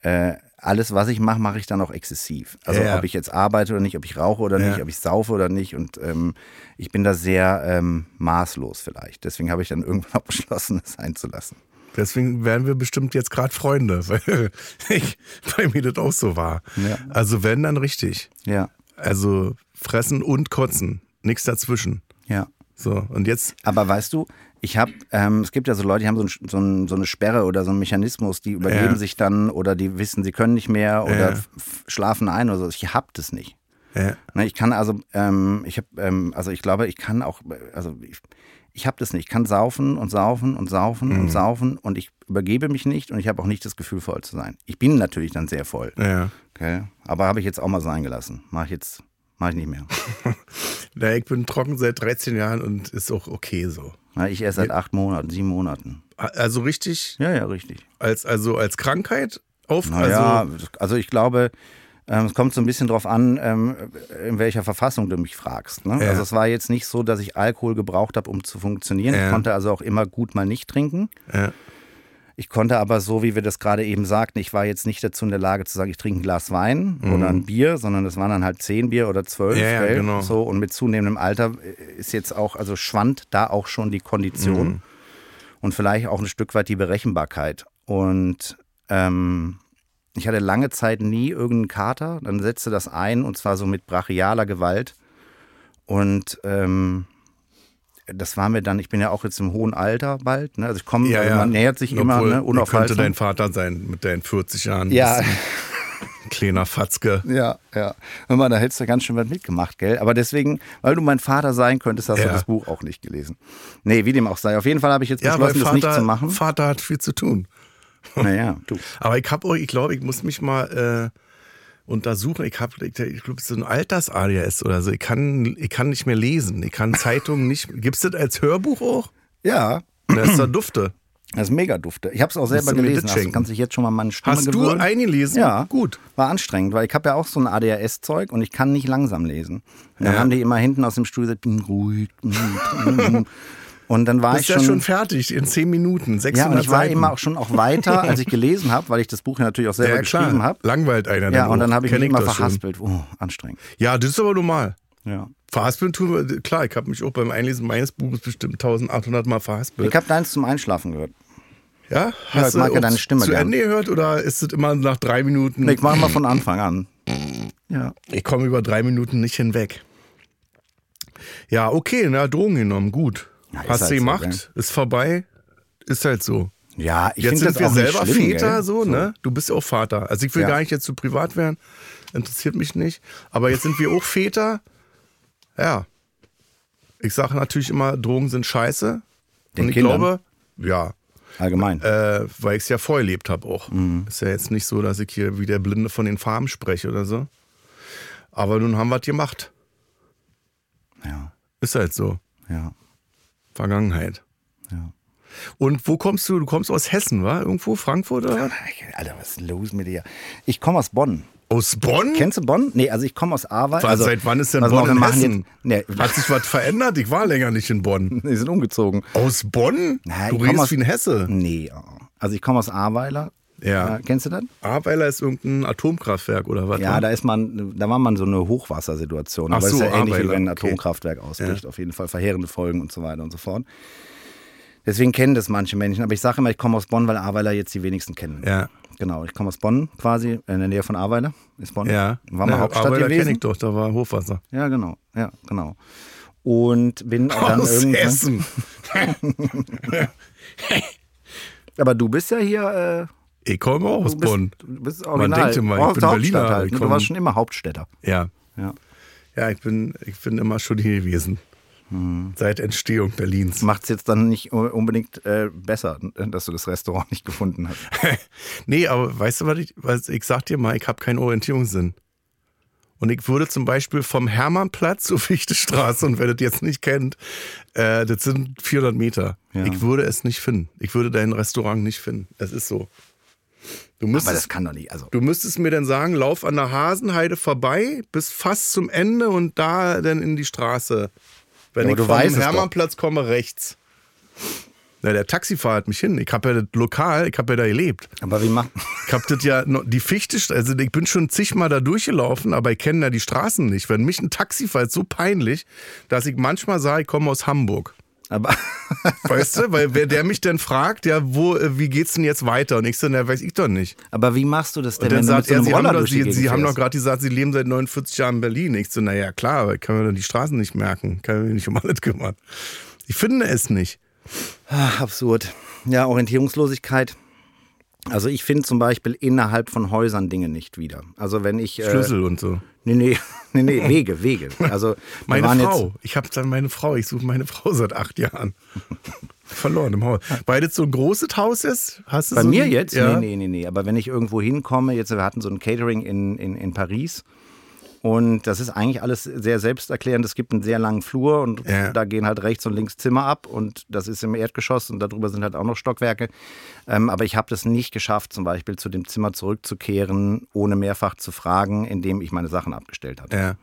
C: äh, alles, was ich mache, mache ich dann auch exzessiv. Also
B: Ja, ja.
C: ob ich jetzt arbeite oder nicht, ob ich rauche oder
B: Ja.
C: nicht, ob ich saufe oder nicht. Und ähm, ich bin da sehr ähm, maßlos vielleicht. Deswegen habe ich dann irgendwann auch beschlossen, es einzulassen.
B: Deswegen wären wir bestimmt jetzt gerade Freunde, weil ich, bei mir das auch so war.
C: Ja.
B: Also wenn, dann richtig.
C: Ja,
B: Also fressen und kotzen. Nichts dazwischen.
C: ja.
B: So, und jetzt,
C: Aber weißt du, ich habe, ähm, es gibt ja so Leute, die haben so, ein, so, ein, so eine Sperre oder so einen Mechanismus, die übergeben
B: Ja.
C: sich dann oder die wissen, sie können nicht mehr
B: Ja.
C: oder f- f- schlafen ein oder so. Ich hab das nicht.
B: äh,
C: Ne, ich kann also, ähm, ich habe, ähm, also ich glaube, ich kann auch, äh, also ich, ich habe das nicht. Ich kann saufen und saufen und saufen
B: Mhm.
C: und saufen und ich übergebe mich nicht und ich habe auch nicht das Gefühl, voll zu sein. Ich bin natürlich dann sehr voll.
B: ja.
C: Okay? Aber habe ich jetzt auch mal sein gelassen. Mache ich jetzt, mache ich nicht mehr.
B: Na, ich bin trocken seit 13 Jahren und ist auch okay so.
C: Ne, ich erst seit acht Monaten, sieben Monaten.
B: A- Also richtig,
C: Ja, ja, richtig.
B: als, also als Krankheit auf,
C: Naja,
B: also,
C: also, also ich glaube, ähm, es kommt so ein bisschen drauf an, ähm, in welcher Verfassung du mich fragst. Ne?
B: Ja.
C: Also es war jetzt nicht so, dass ich Alkohol gebraucht habe, um zu funktionieren.
B: Ja.
C: Ich konnte also auch immer gut mal nicht trinken.
B: Ja.
C: Ich konnte aber so, wie wir das gerade eben sagten, ich war jetzt nicht dazu in der Lage zu sagen, ich trinke ein Glas Wein oder ein Bier, sondern es waren dann halt zehn Bier oder zwölf.
B: Mhm. Ja, ja,
C: gell?
B: genau.
C: so, und mit zunehmendem Alter äh, ist jetzt auch, also schwand da auch schon die Kondition
B: Mhm.
C: und vielleicht auch ein Stück weit die Berechenbarkeit. Und ähm, ich hatte lange Zeit nie irgendeinen Kater, dann setzte das ein und zwar so mit brachialer Gewalt. Und ähm, das war mir dann, ich bin ja auch jetzt im hohen Alter bald, ne? also ich komme,
B: ja,
C: also
B: ja.
C: man nähert sich immer
B: Obwohl,
C: ne?
B: er könnte dein
C: unaufhaltsam.
B: Vater sein mit deinen 40 Jahren.
C: Ja,
B: Kleiner Fatzke.
C: ja, ja. Hör mal, da hättest du ganz schön was mitgemacht, gell? Aber deswegen, weil du mein Vater sein könntest, hast
B: Ja.
C: du das Buch auch nicht gelesen. Nee, wie dem auch sei. Auf jeden Fall habe ich jetzt
B: Ja, weil
C: beschlossen, das nicht
B: Vater,
C: zu machen.
B: Vater hat viel zu tun.
C: Naja, du.
B: Aber ich habe auch, ich glaube, ich muss mich mal äh, untersuchen. Ich habe, ich, ich glaube, es ist ein Alters-ADHS oder so. Ich kann, ich kann nicht mehr lesen. Ich kann Zeitungen nicht. Gibt es das als Hörbuch auch?
C: Ja,
B: Das ist doch Dufte.
C: Das ist mega dufte. Ich habe es auch selber
B: du mir
C: gelesen.
B: das
C: Also,
B: schenken?
C: kannst dich jetzt schon mal an meine Stimme
B: Hast du
C: gewöhnen.
B: eingelesen?
C: Ja.
B: Gut.
C: War anstrengend, weil ich habe ja auch so ein ADHS-Zeug und ich kann nicht langsam lesen. Und dann haben die immer hinten aus dem Stuhl gesagt, bin ruhig. mm, mm, mm." Und dann war
B: Ist
C: ich
B: ja
C: schon,
B: schon fertig in 10 Minuten. 600
C: ja, und ich war
B: Seiten.
C: immer auch schon auch weiter, als ich gelesen habe, weil ich das Buch ja natürlich auch selber
B: ja,
C: geschrieben
B: klar.
C: habe.
B: Langweilt einer.
C: Ja, und
B: auch.
C: dann habe ich
B: Kenn
C: mich immer
B: das schon.
C: verhaspelt. Oh, anstrengend.
B: Ja, das ist aber normal.
C: Ja.
B: Verhaspeln tun wir, klar, ich habe mich auch beim Einlesen meines Buches bestimmt 1800 Mal verhaspelt.
C: Ich habe deins zum Einschlafen gehört.
B: ja?
C: ich mag ja
B: auch
C: deine Stimme
B: zu
C: gern.
B: Ende gehört oder ist es immer nach drei Minuten?
C: Ich mache mal von Anfang an. Ja.
B: Ich komme über drei Minuten nicht hinweg. Ja, okay, na, Drogen genommen, gut.
C: Ja, ist
B: Hast
C: halt
B: du
C: so,
B: gemacht,
C: gell?
B: ist vorbei, ist halt so.
C: Ja, ich
B: jetzt
C: finde
B: sind
C: das
B: wir
C: auch nicht
B: selber
C: schlimm,
B: Väter,
C: gell?
B: so, ne? Du bist ja auch Vater. Also ich will
C: Ja.
B: gar nicht jetzt zu privat werden, interessiert mich nicht. Aber jetzt sind wir auch Väter. Ja. Ich sage natürlich immer, Drogen sind scheiße.
C: Den
B: Und ich
C: Kindern?
B: glaube, ja,
C: Allgemein.
B: äh, weil ich es ja vorerlebt habe auch.
C: Mhm.
B: Ist ja jetzt nicht so, dass ich hier wie der Blinde von den Farmen spreche oder so. Aber nun haben wir es gemacht.
C: ja,
B: Ist halt so.
C: ja,
B: Vergangenheit.
C: ja.
B: Und wo kommst du? Du kommst aus Hessen, war? Irgendwo? Frankfurt oder was?
C: Alter, was ist los mit dir? Ich komme aus Bonn.
B: Aus Bonn?
C: Kennst du Bonn? Nee, also ich komme aus Ahrweiler.
B: War-
C: Also,
B: Seit wann ist denn
C: pass mal auf,
B: Bonn in
C: wir machen
B: Hessen?
C: Jetzt, nee,
B: Hat sich was verändert? Ich war länger nicht in Bonn.
C: die sind umgezogen.
B: Aus Bonn?
C: Na,
B: du
C: ich komm
B: redest
C: aus-
B: wie ein Hesse.
C: Nee, oh. also ich komme aus Ahrweiler.
B: Äh. Ja.
C: Äh, kennst du das?
B: Ahrweiler ist irgendein Atomkraftwerk oder was? ne?
C: Ja, da ist man, da war man so eine Hochwassersituation.
B: Ach
C: Aber es
B: so,
C: ist ja ähnlich wie
B: Ahrweiler,
C: wenn ein
B: okay.
C: Atomkraftwerk ausbricht. Auf jeden Fall verheerende Folgen und so weiter und so fort. Deswegen kennen das manche Menschen. Aber ich sage immer, ich komme aus Bonn, weil Ahrweiler jetzt die wenigsten kennen.
B: Ja.
C: Genau, ich komme aus Bonn quasi, in der Nähe von Ahrweiler. Ist Bonn.
B: ja.
C: War mal
B: Na,
C: Hauptstadt
B: Ahrweiler
C: gewesen.
B: kenne ich doch, da war Hochwasser.
C: Ja, genau. Ja, genau. Und bin dann
B: aus
C: irgendwann.
B: Hessen.
C: Aber du bist ja hier. Äh,
B: Ich komme auch aus
C: du bist,
B: Bonn.
C: du bist original.
B: denkt immer, ich
C: aus
B: bin
C: der Hauptstadt
B: Berliner,
C: Halt.
B: ich
C: Du
B: komm-
C: warst schon immer Hauptstädter.
B: Ja.
C: Ja.
B: Ja, ich bin, ich bin immer schon hier gewesen.
C: Hm.
B: Seit Entstehung Berlins.
C: Macht es jetzt dann nicht u- unbedingt äh, besser, dass du das Restaurant nicht gefunden hast.
B: Nee, aber weißt du, was ich, was ich sag dir mal, ich habe keinen Orientierungssinn. Und ich würde zum Beispiel vom Hermannplatz zur Fichtestraße, und wer das jetzt nicht kennt, äh, das sind 400 Meter.
C: Ja.
B: Ich würde es nicht finden. Ich würde dein Restaurant nicht finden. Es ist so. Du
C: Aber das
B: müsstest,
C: kann doch nicht. Also,
B: du müsstest mir dann sagen, lauf an der Hasenheide vorbei, bis fast zum Ende und da dann in die Straße. Wenn
C: Ja, aber
B: ich
C: du
B: vom
C: weißt es doch.
B: Hermannplatz komme, rechts. Na, der Taxifahrer hat mich hin. Ich habe ja das Lokal, ich habe ja da gelebt.
C: aber wie macht.
B: Ich hab das ja, noch- die Fichte, also ich bin schon zigmal da durchgelaufen, aber ich kenne da die Straßen nicht. Wenn mich ein Taxi fährt, so peinlich, dass ich manchmal sage, ich komme aus Hamburg.
C: Aber,
B: Weißt du, weil wer der mich dann fragt, ja, wo, äh, wie geht's denn jetzt weiter? Und ich so, na, weiß ich doch nicht.
C: aber wie machst du das denn, wenn
B: Und dann
C: du mit
B: sagt
C: so
B: er,
C: einem
B: sie haben,
C: Roller
B: doch,
C: durch die
B: sie,
C: Gegend
B: sie haben doch
C: fährst?
B: gerade gesagt, sie leben seit 49 Jahren in Berlin. Ich so, naja, klar, aber ich kann mir doch die Straßen nicht merken. Kann mir nicht um alles kümmern. Ich finde es nicht.
C: Ach, Ah, absurd. Ja, Orientierungslosigkeit. Also ich finde zum Beispiel innerhalb von Häusern Dinge nicht wieder. Also wenn ich äh,
B: Schlüssel und so.
C: Nee, nee, nee, nee, Wege, Wege. Also wir
B: Meine
C: waren
B: Frau.
C: Jetzt,
B: ich habe dann meine Frau. Ich suche meine Frau seit acht Jahren. Verloren im Haus. Weil das so ein großes Haus ist, hast du
C: bei
B: so
C: mir
B: ein-
C: jetzt?
B: Ja.
C: Nee, nee, nee, nee. Aber wenn ich irgendwo hinkomme, jetzt, wir hatten so ein Catering in, in, in Paris. Und das ist eigentlich alles sehr selbsterklärend. Es gibt einen sehr langen Flur und
B: Ja.
C: da gehen halt rechts und links Zimmer ab und das ist im Erdgeschoss und darüber sind halt auch noch Stockwerke. Ähm, aber ich habe das nicht geschafft, zum Beispiel zu dem Zimmer zurückzukehren, ohne mehrfach zu fragen, indem ich meine Sachen abgestellt hatte.
B: Ja.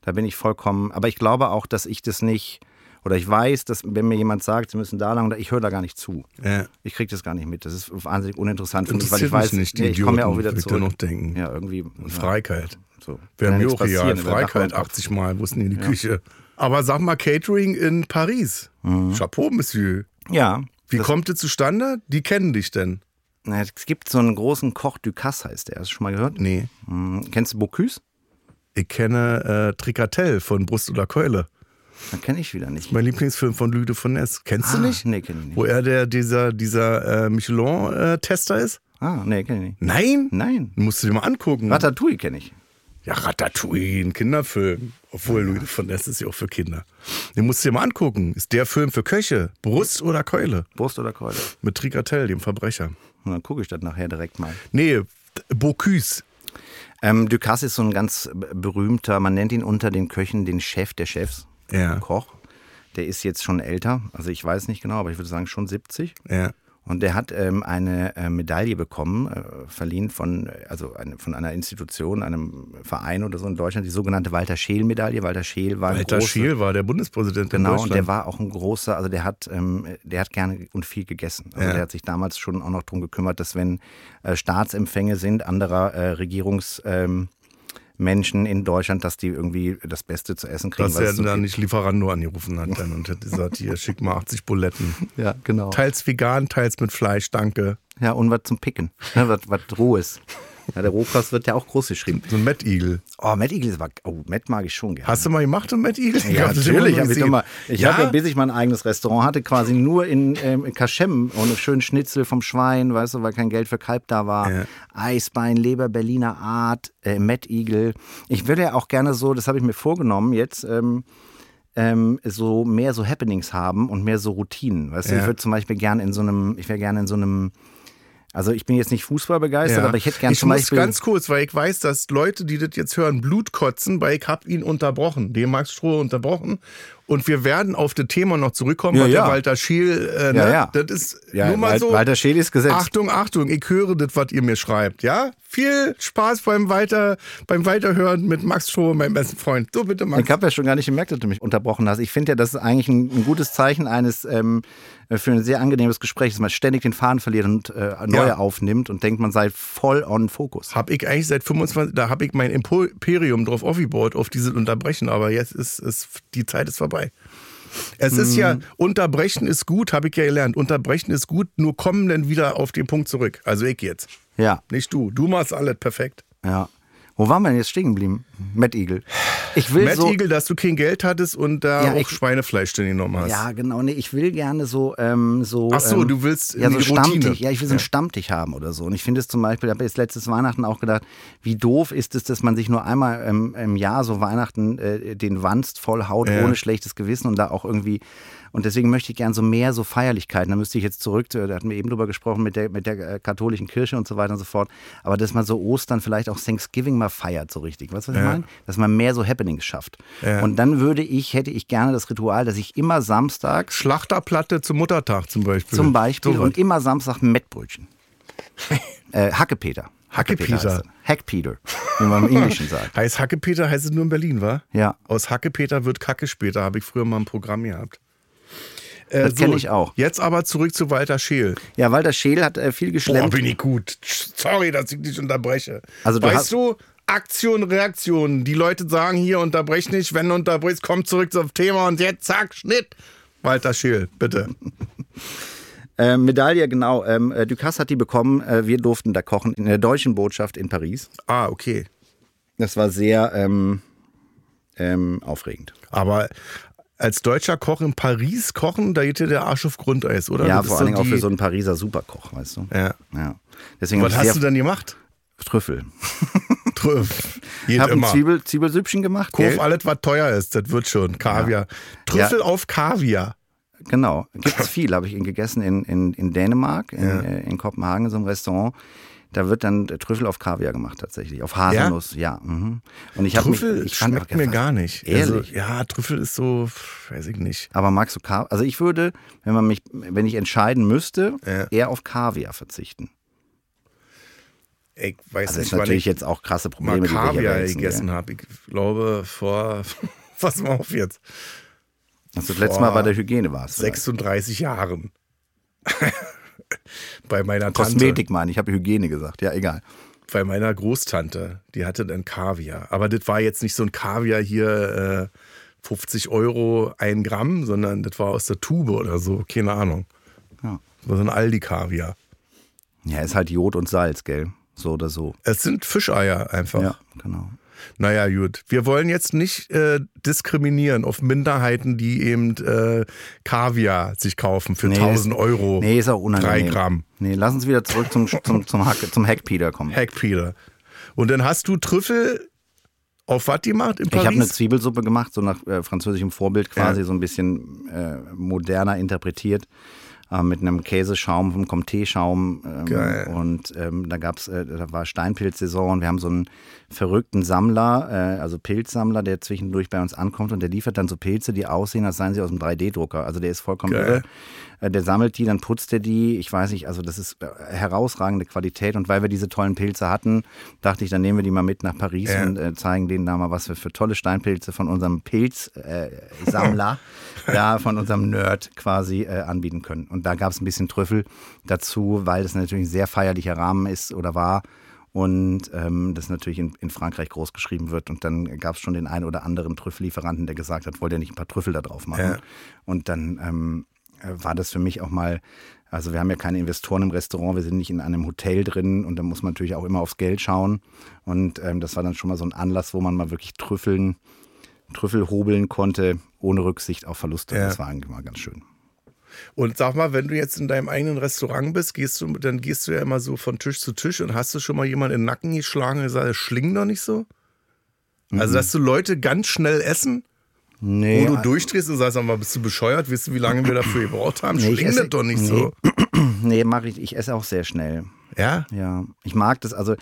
C: Da bin ich vollkommen. Aber ich glaube auch, dass ich das nicht. Oder ich weiß, dass wenn mir jemand sagt, sie müssen da lang, ich höre da gar nicht zu.
B: Ja.
C: Ich kriege das gar nicht mit. Das ist wahnsinnig uninteressant für mich, weil ich
B: Interessiert
C: weiß,
B: mich nicht, die
C: nee, ich komme ja auch
B: Idioten,
C: wieder
B: würde ich
C: zurück.
B: da noch denken.
C: Ja, irgendwie.
B: Feigheit.
C: So.
B: Wäre
C: Kann
B: mir
C: nichts
B: auch real.
C: passieren, wenn der
B: Feigheit
C: Dachboden-
B: 80 Mal, wussten die in die Küche. Aber sag mal, Catering in Paris.
C: Mhm.
B: Chapeau, Monsieur.
C: Ja.
B: Wie kommt das zustande? Die kennen dich denn.
C: Na, Es gibt so einen großen Koch, Ducasse heißt der. Hast du schon mal gehört?
B: Nee.
C: Hm, Kennst du Bocuse?
B: Ich kenne äh, Tricatell von Brust oder Keule.
C: Den kenne ich wieder nicht. Ah,
B: Mein Lieblingsfilm von Lüde von Ness. Kennst du nicht?
C: Nee, kenne ich nicht.
B: Wo er der, dieser, dieser äh, Michelin-Tester ist?
C: Ah, nee, kenne ich nicht.
B: Nein?
C: Nein.
B: Musst du dir mal angucken.
C: Ratatouille kenne ich.
B: Ja, Ratatouille, ein Kinderfilm. Obwohl, Louis von Ness ist ja auch für Kinder. Den musst du dir mal angucken. Ist der Film für Köche? Brust oder Keule?
C: Brust oder Keule?
B: Mit Tricatell, dem Verbrecher.
C: Und dann gucke ich das nachher direkt mal.
B: Nee, Bocuse.
C: Ähm, Ducasse ist so ein ganz b- berühmter, man nennt ihn unter den Köchen den Chef der Chefs,
B: Ja.
C: Koch. Der ist jetzt schon älter, also ich weiß nicht genau, aber ich würde sagen schon 70.
B: Ja.
C: Und der hat ähm, eine äh, Medaille bekommen, äh, verliehen von, äh, also eine, von einer Institution, einem Verein oder so in Deutschland, die sogenannte Walter Scheel-Medaille. Walter Scheel war ein
B: Walter
C: großer-
B: Scheel war der Bundespräsident in
C: Genau, und der
B: Deutschland.
C: war auch ein großer, also der hat, ähm, der hat gerne und viel gegessen. Also
B: Ja.
C: der hat sich damals schon auch noch drum gekümmert, dass wenn äh, Staatsempfänge sind anderer äh, Regierungsmitglieder, ähm, Menschen in Deutschland, dass die irgendwie das Beste zu essen kriegen.
B: Dass
C: weil
B: er
C: es so
B: dann
C: viel-
B: nicht Lieferando angerufen hat dann und hat gesagt, hier, schick mal 80 Buletten.
C: ja, genau.
B: Teils vegan, teils mit Fleisch, danke.
C: Ja, und was zum Picken. Ne, was, was Rohes. Ja, der Rohkost wird ja auch groß geschrieben.
B: So ein Mad Eagle.
C: Oh, Matt Eagle ist aber. Oh, Matt mag ich schon gerne.
B: Hast du mal gemacht, einen Mad Eagle?
C: Ja,
B: Hast du den
C: natürlich.
B: mal
C: Hab ich
B: gesehen?
C: immer, ich
B: ja?
C: habe, bis ich mein eigenes Restaurant hatte, quasi nur in, ähm, in Kaschem und einen schönen Schnitzel vom Schwein, weißt du, weil kein Geld für Kalb da war.
B: Ja.
C: Eisbein, Leber, Berliner Art, äh, Mad Eagle. Ich würde ja auch gerne so, das habe ich mir vorgenommen jetzt, ähm, ähm, so mehr so Happenings haben und mehr so Routinen. Weißt du,
B: Ja.
C: ich würde zum Beispiel gerne in so einem, ich wäre gerne in so einem, also ich bin jetzt nicht Fußball begeistert,
B: Ja.
C: aber ich hätte gerne
B: ich
C: zum
B: muss
C: Beispiel.
B: ganz kurz, weil ich weiß, dass Leute, die das jetzt hören, Blut kotzen, weil ich habe ihn unterbrochen, den Max Stroh unterbrochen. Und wir werden auf das Thema noch zurückkommen,
C: Ja,
B: weil
C: ja.
B: der Walter Scheel, äh,
C: Ja,
B: ne?
C: ja.
B: das ist
C: ja,
B: nur mal
C: Wal-
B: so.
C: Walter Scheel ist gesetzt.
B: Achtung, Achtung, ich höre das, was ihr mir schreibt, ja? Viel Spaß beim, Weiter, beim Weiterhören mit Max Stroh, meinem besten Freund. So bitte, Max.
C: Ich habe ja schon gar nicht gemerkt, dass du mich unterbrochen hast. Ich finde ja, das ist eigentlich ein, ein gutes Zeichen eines ähm, für ein sehr angenehmes Gespräch, dass man ständig den Faden verliert und äh, neue
B: Ja.
C: aufnimmt und denkt, man sei voll on Fokus.
B: Hab ich eigentlich seit 25, da habe ich mein Impo- Imperium drauf aufgebaut, auf dieses Unterbrechen, aber jetzt ist es, die Zeit ist vorbei. Es ist ja,
C: Mhm.
B: Unterbrechen ist gut, habe ich ja gelernt. Unterbrechen ist gut, nur kommen dann wieder auf den Punkt zurück. Also ich jetzt,
C: Ja,
B: nicht du. Du machst alles perfekt.
C: ja. Wo waren wir denn jetzt stehen geblieben? Matt Eagle. Ich will
B: Matt
C: so,
B: Eagle, dass du kein Geld hattest und da
C: Ja,
B: auch
C: ich-
B: Schweinefleisch drin genommen hast.
C: Ja, genau. Nee, ich will gerne so. Ähm, so
B: Ach so,
C: ähm,
B: du willst in
C: ja, so
B: die Routine.
C: Stammtisch. Ja, ich will so einen Stammtisch haben oder so. Und ich finde es zum Beispiel, da habe ich jetzt letztes Weihnachten auch gedacht, wie doof ist es, dass man sich nur einmal ähm, im Jahr so Weihnachten äh, den Wanst voll haut,
B: Ja.
C: ohne schlechtes Gewissen und da auch irgendwie. Und deswegen möchte ich gern so mehr so Feierlichkeiten. Da müsste ich jetzt zurück, zu- da hatten wir eben drüber gesprochen mit der, mit der äh, katholischen Kirche und so weiter und so fort. Aber dass man so Ostern vielleicht auch Thanksgiving mal feiert so richtig. Weißt du, was ich meine? Dass man mehr so Happenings schafft.
B: Ja.
C: Und dann würde ich, hätte ich gerne das Ritual, dass ich immer samstags
B: Schlachterplatte zum Muttertag zum Beispiel.
C: zum Beispiel
B: So was.
C: und immer Samstag ein Mettbrötchen. äh, Hackepeter.
B: Hackepeter.
C: heißt er. Hackpeter, wie man im Englischen sagt.
B: heißt Hackepeter heißt es nur in Berlin, wa?
C: Ja.
B: Aus Hackepeter wird Kacke später, habe ich früher mal ein Programm gehabt. Äh,
C: Das kenn ich auch.
B: Jetzt aber zurück zu Walter Scheel.
C: Ja, Walter Scheel hat äh, viel
B: Boah,
C: geschlemmt.
B: bin ich gut. Sorry, dass ich dich unterbreche.
C: Also du hast-
B: weißt du, Aktion, Reaktion. Die Leute sagen hier, unterbrech nicht. Wenn du unterbrichst, komm zurück zum Thema und jetzt zack, Schnitt. Walter Scheel, bitte.
C: äh, Medaille, genau. Ähm, äh, Ducasse hat die bekommen. Äh, wir durften da kochen in der deutschen Botschaft in Paris.
B: Ah, okay.
C: Das war sehr ähm, ähm, aufregend.
B: Aber als deutscher Koch in Paris kochen, da geht dir der Arsch auf Grundeis, oder?
C: ja,
B: Das ist
C: vor
B: so
C: allen Dingen auch
B: die-
C: für so einen Pariser Superkoch, weißt du?
B: Ja.
C: ja. Deswegen
B: Was
C: hab ich
B: hast du
C: sehr
B: dann gemacht?
C: Trüffel.
B: Trüff.
C: Ich
B: Geht
C: habe ein
B: immer.
C: Zwiebel, Zwiebelsüppchen gemacht.
B: Kauf
C: gell?
B: alles, was teuer ist, das wird schon. Kaviar. Trüffel auf Kaviar.
C: Genau, gibt's viel. Habe ich ihn gegessen in, in, in Dänemark, in, äh, in Kopenhagen, in so einem Restaurant. Da wird dann äh, Trüffel auf Kaviar gemacht tatsächlich, auf Haselnuss, ja. mhm. Und ich hab
B: Trüffel
C: mich, ich fand
B: schmeckt
C: aber-
B: mir gar nicht.
C: Ehrlich?
B: Also, ja, Trüffel ist so, pff, weiß ich nicht.
C: Aber magst du Kaviar? Also ich würde, wenn man mich, wenn ich entscheiden müsste,
B: Ja.
C: eher auf Kaviar verzichten.
B: Ich
C: Also
B: weiß
C: das
B: nicht,
C: ist
B: wann
C: natürlich
B: ich
C: jetzt auch krasse
B: mal
C: Probleme, die wir hier
B: Kaviar
C: wälzen,
B: gegessen
C: gell?
B: habe. Ich glaube, vor, pass mal auf jetzt,
C: Als du das letzte
B: Boah.
C: Mal bei der Hygiene warst. vielleicht.
B: 36 Jahren. Bei meiner Tante.
C: Kosmetik meine ich, habe Hygiene gesagt, ja egal.
B: bei meiner Großtante, die hatte dann Kaviar. Aber das war jetzt nicht so ein Kaviar hier äh, 50 Euro ein Gramm, sondern das war aus der Tube oder so, keine Ahnung.
C: Ja.
B: So ein Aldi-Kaviar.
C: ja, ist halt Jod und Salz, gell? So oder so.
B: Es sind Fischeier einfach.
C: Ja, genau.
B: Naja, gut. Wir wollen jetzt nicht äh, diskriminieren auf Minderheiten, die eben äh, Kaviar sich kaufen für
C: Nee,
B: 1000
C: ist-
B: Euro.
C: Nee, ist auch unangenehm.
B: Drei Gramm.
C: Nee, lass uns wieder zurück zum, zum, zum, Hack, zum Hackpeter kommen.
B: Hackpeter. Und dann hast du Trüffel auf was gemacht in
C: Ich habe eine
B: Paris?
C: Zwiebelsuppe gemacht, so nach äh, französischem Vorbild quasi,
B: Ja.
C: so ein bisschen äh, moderner interpretiert. Äh, mit einem Käseschaum, vom Comté-Schaum. Ähm,
B: Geil.
C: Und ähm, da gab's, äh, da war Steinpilzsaison und wir haben so einen verrückten Sammler, äh, also Pilzsammler, der zwischendurch bei uns ankommt und der liefert dann so Pilze, die aussehen, als seien sie aus dem 3D-Drucker. Also der ist vollkommen
B: Geil.
C: irre. Äh, Der sammelt die, dann putzt er die. Ich weiß nicht, also das ist äh, herausragende Qualität. Und weil wir diese tollen Pilze hatten, dachte ich, dann nehmen wir die mal mit nach Paris
B: Ja.
C: und äh, zeigen denen da mal, was wir für tolle Steinpilze von unserem Pilzsammler, äh, Sammler, da von unserem Nerd quasi äh, anbieten können. Und da gab es ein bisschen Trüffel dazu, weil das natürlich ein sehr feierlicher Rahmen ist oder war. Und ähm, das natürlich in, in Frankreich groß geschrieben wird. Und dann gab es schon den einen oder anderen Trüffellieferanten, der gesagt hat, wollt ihr nicht ein paar Trüffel da drauf machen?
B: Ja.
C: Und dann ähm, war das für mich auch mal, also wir haben ja keine Investoren im Restaurant, wir sind nicht in einem Hotel drin und da muss man natürlich auch immer aufs Geld schauen. Und ähm, das war dann schon mal so ein Anlass, wo man mal wirklich Trüffeln, Trüffel hobeln konnte, ohne Rücksicht auf Verluste.
B: Ja.
C: Das war eigentlich mal ganz schön.
B: Und sag mal, wenn du jetzt in deinem eigenen Restaurant bist, gehst du, dann gehst du ja immer so von Tisch zu Tisch und hast du schon mal jemanden in den Nacken geschlagen und gesagt, schling doch nicht so?
C: Mhm.
B: Also, dass du Leute ganz schnell essen,
C: Nee, äh,
B: wo du durchdrehst und sagst, sag mal, bist du bescheuert? Wisst du, wie lange wir dafür gebraucht haben?
C: Nee, ich
B: Schling
C: esse-
B: das doch nicht so.
C: nee mache ich, ich esse auch sehr schnell.
B: Ja?
C: Ja, ich mag das. Also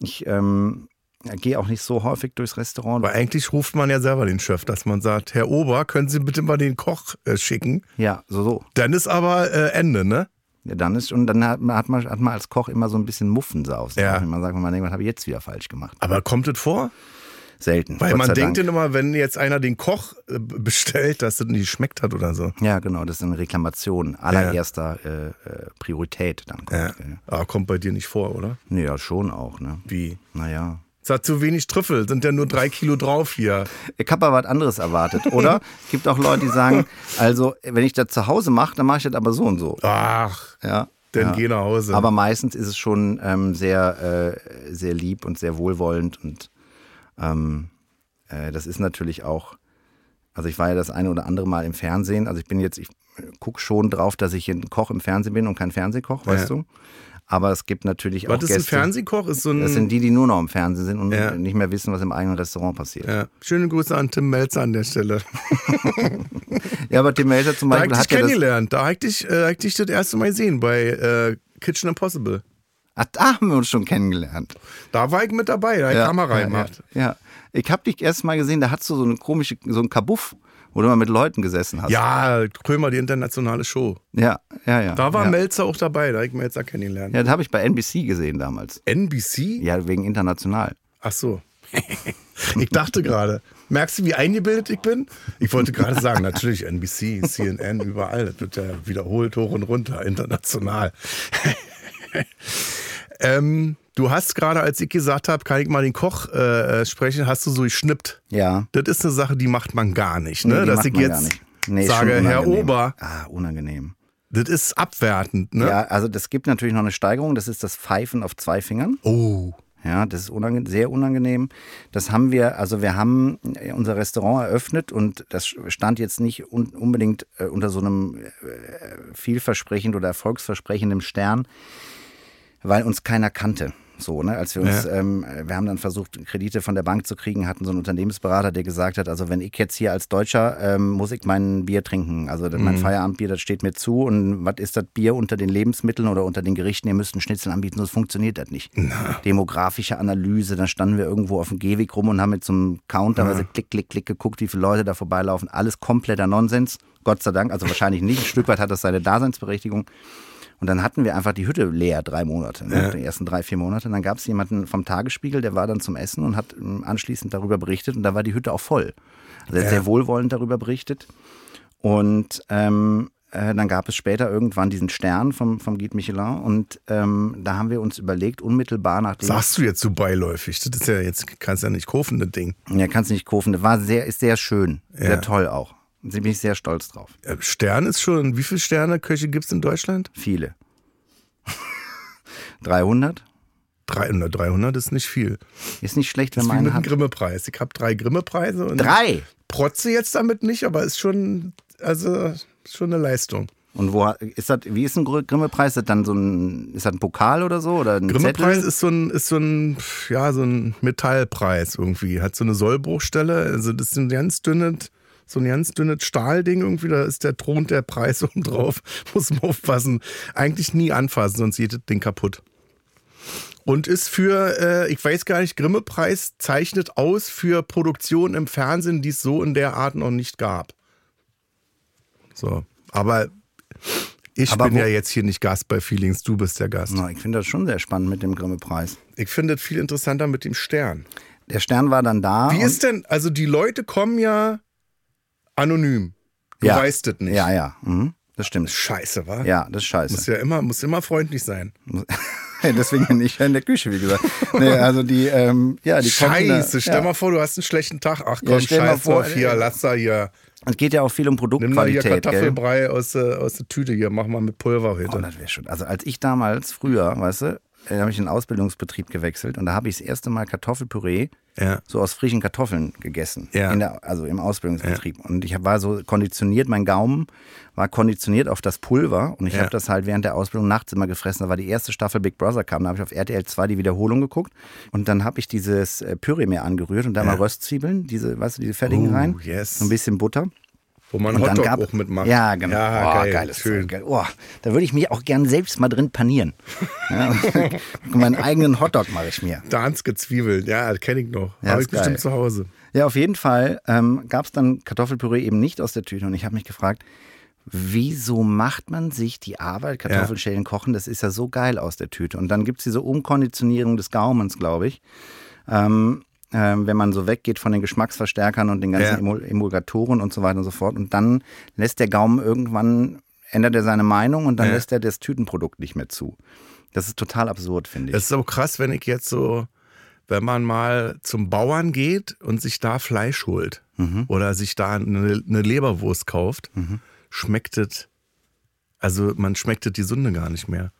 C: ich ähm, gehe auch nicht so häufig durchs Restaurant.
B: Aber eigentlich ruft man ja selber den Chef, dass man sagt, Herr Ober, können Sie bitte mal den Koch äh, schicken?
C: Ja, so, so.
B: Dann ist aber äh, Ende, ne?
C: Ja, dann ist und dann hat man, hat man, hat man als Koch immer so ein bisschen Muffensaus.
B: Ja.
C: Wenn man sagt, wenn man denkt, was habe ich jetzt wieder falsch gemacht?
B: Aber kommt das vor?
C: Selten.
B: Weil
C: Gott
B: man
C: sei
B: denkt
C: Dank.
B: dann immer, wenn jetzt einer den Koch äh, b- bestellt, dass das nicht geschmeckt hat oder so.
C: Ja, genau, das ist eine Reklamation allererster äh, äh, Priorität dann
B: Ja.
C: kommt. Ja.
B: Aber Äh, ah, kommt bei dir nicht vor, oder?
C: Nee, ja, schon auch, ne?
B: Wie?
C: Naja.
B: Es hat zu wenig Trüffel, sind ja nur drei Kilo drauf hier.
C: Ich habe aber was anderes erwartet, oder? Es gibt auch Leute, die sagen, also wenn ich das zu Hause mache, dann mache ich das aber so und so.
B: Ach,
C: Ja.
B: dann
C: ja.
B: geh nach Hause.
C: Aber meistens ist es schon ähm, sehr, äh, sehr lieb und sehr wohlwollend und ähm, äh, das ist natürlich auch, also ich war ja das eine oder andere Mal im Fernsehen, also ich bin jetzt, ich gucke schon drauf, dass ich ein Koch im Fernsehen bin und kein Fernsehkoch, weißt
B: Ja.
C: du? Aber es gibt natürlich auch
B: was ist ein
C: Gäste,
B: Fernsehkoch? Ist so ein,
C: das sind die, die nur noch im Fernsehen sind und
B: Ja.
C: nicht mehr wissen, was im eigenen Restaurant passiert. Ja,
B: ja. Schöne Grüße an Tim Melzer an der Stelle.
C: aber Tim Melzer zum
B: Da hab
C: Beispiel hat ja
B: ich dich
C: das...
B: kennengelernt. Da hab ich dich, äh, hab ich dich das erste Mal gesehen bei äh, Kitchen Impossible.
C: Ach, Ah, da haben wir uns schon kennengelernt.
B: Da war ich mit dabei, da hab ich Kamera
C: ja,
B: gemacht.
C: Ja, ja. Ich habe dich erst mal gesehen, da hattest du so eine komische, so ein Kabuff, wo du mal mit Leuten gesessen hast.
B: Ja. Krömer, die internationale Show.
C: Ja, ja, ja.
B: Da war
C: ja.
B: Melzer auch dabei, da hab ich Melzer kennengelernt.
C: Ja, das habe ich bei NBC gesehen damals.
B: NBC?
C: Ja, wegen international.
B: Ach so. Ich dachte gerade, merkst du, wie eingebildet ich bin? Ich wollte gerade sagen, natürlich NBC, CNN, überall. Das wird ja wiederholt hoch und runter, international. ähm, du hast gerade, als ich gesagt habe, kann ich mal den Koch äh, äh, sprechen, hast du so geschnippt.
C: Ja.
B: Das ist eine Sache, die macht man gar nicht.
C: Nee,
B: Ne?
C: die
B: Dass
C: macht
B: ich
C: man gar
B: jetzt
C: nicht. Nee, ist
B: sage,
C: schon
B: Herr
C: unangenehm.
B: Ober,
C: Ah, unangenehm.
B: das ist abwertend. Ne?
C: Ja, also das gibt natürlich noch eine Steigerung. Das ist das Pfeifen auf zwei Fingern.
B: Oh,
C: Ja, das ist unange sehr unangenehm. Das haben wir, also wir haben äh, unser Restaurant eröffnet und das stand jetzt nicht un unbedingt äh, unter so einem äh, vielversprechend oder erfolgsversprechenden Stern, weil uns keiner kannte. So, ne? Als wir uns,
B: Ja.
C: ähm, wir haben dann versucht, Kredite von der Bank zu kriegen, hatten so einen Unternehmensberater, der gesagt hat, also wenn ich jetzt hier als Deutscher, ähm, muss ich mein Bier trinken. Also mein Feierabendbier, das steht mir zu und was ist das Bier unter den Lebensmitteln oder unter den Gerichten? Ihr müsst einen Schnitzel anbieten, sonst funktioniert das nicht. Demografische Analyse, dann standen wir irgendwo auf dem Gehweg rum und haben mit so einem Counter, also klick, klick, klick geguckt, wie viele Leute da vorbeilaufen. Alles kompletter Nonsens. Gott sei Dank, also wahrscheinlich nicht. Ein Stück weit hat das seine Daseinsberechtigung. Und dann hatten wir einfach die Hütte leer drei Monate, ne? die ersten drei, vier Monate. Und dann gab es jemanden vom Tagesspiegel, der war dann zum Essen und hat ähm, anschließend darüber berichtet. Und da war die Hütte auch voll. Also er hat sehr wohlwollend darüber berichtet. Und ähm, äh, dann gab es später irgendwann diesen Stern vom, vom Guide Michelin. Und ähm, da haben wir uns überlegt, unmittelbar nachdem
B: sagst du jetzt so beiläufig? Das ist ja jetzt, kannst ja nicht kaufen, das Ding.
C: Ja, kannst nicht kaufen. Das war sehr, ist sehr schön. Sehr toll auch. Da bin ich sehr stolz drauf.
B: Äh, Stern ist schon, wie viele Sterne Köche gibt es in Deutschland?
C: Viele. 300?
B: 300, 300 ist nicht viel.
C: Ist nicht schlecht, wenn
B: Das ist wie
C: man
B: mit
C: einen
B: einem
C: hat.
B: Grimme-Preis. Ich habe drei Grimme-Preise und
C: Drei!
B: protze jetzt damit nicht, aber ist schon, also ist schon eine Leistung.
C: Und wo ist das, wie ist ein Gr- Grimme-Preis? Ist das dann so ein, ist das ein Pokal oder so? Oder ein
B: Grimme-Preis
C: Zettel?
B: ist so ein, ist so ein, pf, ja, so ein Metallpreis irgendwie. Hat so eine Sollbruchstelle, also das ist ein ganz dünnes, so ein ganz dünnes Stahlding irgendwie, da ist der Thron der Preis oben drauf. Muss man aufpassen. Eigentlich nie anfassen, sonst geht das Ding kaputt. Und ist für, äh, ich weiß gar nicht, Grimme-Preis zeichnet aus für Produktionen im Fernsehen, die es so in der Art noch nicht gab. So, aber ich
C: Aber
B: bin
C: wo-
B: ja jetzt hier nicht Gast bei Feelings, du bist der Gast.
C: Na, ich finde das schon sehr spannend mit dem Grimme-Preis.
B: Ich finde es viel interessanter mit dem Stern.
C: Der Stern war dann da.
B: Wie
C: und-
B: ist denn, also die Leute kommen ja anonym. Du
C: Ja.
B: weißt es nicht.
C: Ja, ja. Mhm, das stimmt.
B: Scheiße, wa?
C: Ja, das ist scheiße.
B: Muss ja immer, muss immer freundlich sein.
C: Deswegen bin ich ja in der Küche, wie gesagt. Nee, also die, ähm, ja, die kochende-
B: Scheiße, stell
C: ja.
B: mal vor, du hast einen schlechten Tag. Ach komm,
C: Ja, stell mal
B: scheiß
C: vor,
B: drauf, hier, lass da hier.
C: Es geht ja auch viel um
B: Nimm mal hier
C: Produktqualität. gell?
B: Kartoffelbrei aus, äh, aus der Tüte hier, mach mal mit Pulver
C: Oh,
B: heute.
C: das wäre schon. Also als ich damals früher, weißt du, da habe ich in den Ausbildungsbetrieb gewechselt und da habe ich das erste Mal Kartoffelpüree
B: Ja.
C: so aus frischen Kartoffeln gegessen.
B: Ja.
C: In der, also im Ausbildungsbetrieb. Und ich hab- war so konditioniert, mein Gaumen war konditioniert auf das Pulver und ich
B: Ja.
C: habe das halt während der Ausbildung nachts immer gefressen. Da war die erste Staffel Big Brother kam, da habe ich auf RTL 2 die Wiederholung geguckt und dann habe ich dieses äh, Püree mir angerührt und da mal Röstzwiebeln, diese, weißt du, diese fertigen
B: Oh,
C: rein,
B: yes.
C: ein bisschen Butter.
B: Wo man
C: Und dann
B: Hotdog
C: gab-
B: auch mitmacht.
C: Ja, genau.
B: Ja,
C: oh,
B: geil,
C: geiles
B: schön.
C: Zeug, Geil. Oh, da würde ich mich auch gern selbst mal drin panieren. Ja, meinen eigenen Hotdog mache ich mir.
B: Danske Zwiebeln, ja, das kenne ich noch.
C: Ja,
B: Habe
C: ist
B: ich bestimmt
C: geil.
B: zu Hause.
C: Ja, auf jeden Fall ähm, gab es dann Kartoffelpüree eben nicht aus der Tüte. Und ich habe mich gefragt, wieso macht man sich die Arbeit, Kartoffeln
B: Ja.
C: schälen, kochen, das ist ja so geil aus der Tüte. Und dann gibt es diese Umkonditionierung des Gaumens, glaube ich. Ähm, ähm, wenn man so weggeht von den Geschmacksverstärkern und den ganzen
B: Ja.
C: Emul Emulgatoren und so weiter und so fort. Und dann lässt der Gaumen irgendwann, ändert er seine Meinung und dann
B: Ja.
C: lässt er das Tütenprodukt nicht mehr zu. Das ist total absurd, finde ich.
B: Es ist so krass, wenn ich jetzt so, wenn man mal zum Bauern geht und sich da Fleisch holt oder sich da eine, eine Leberwurst kauft, schmeckt es, also man schmeckt es die Sünde gar nicht mehr.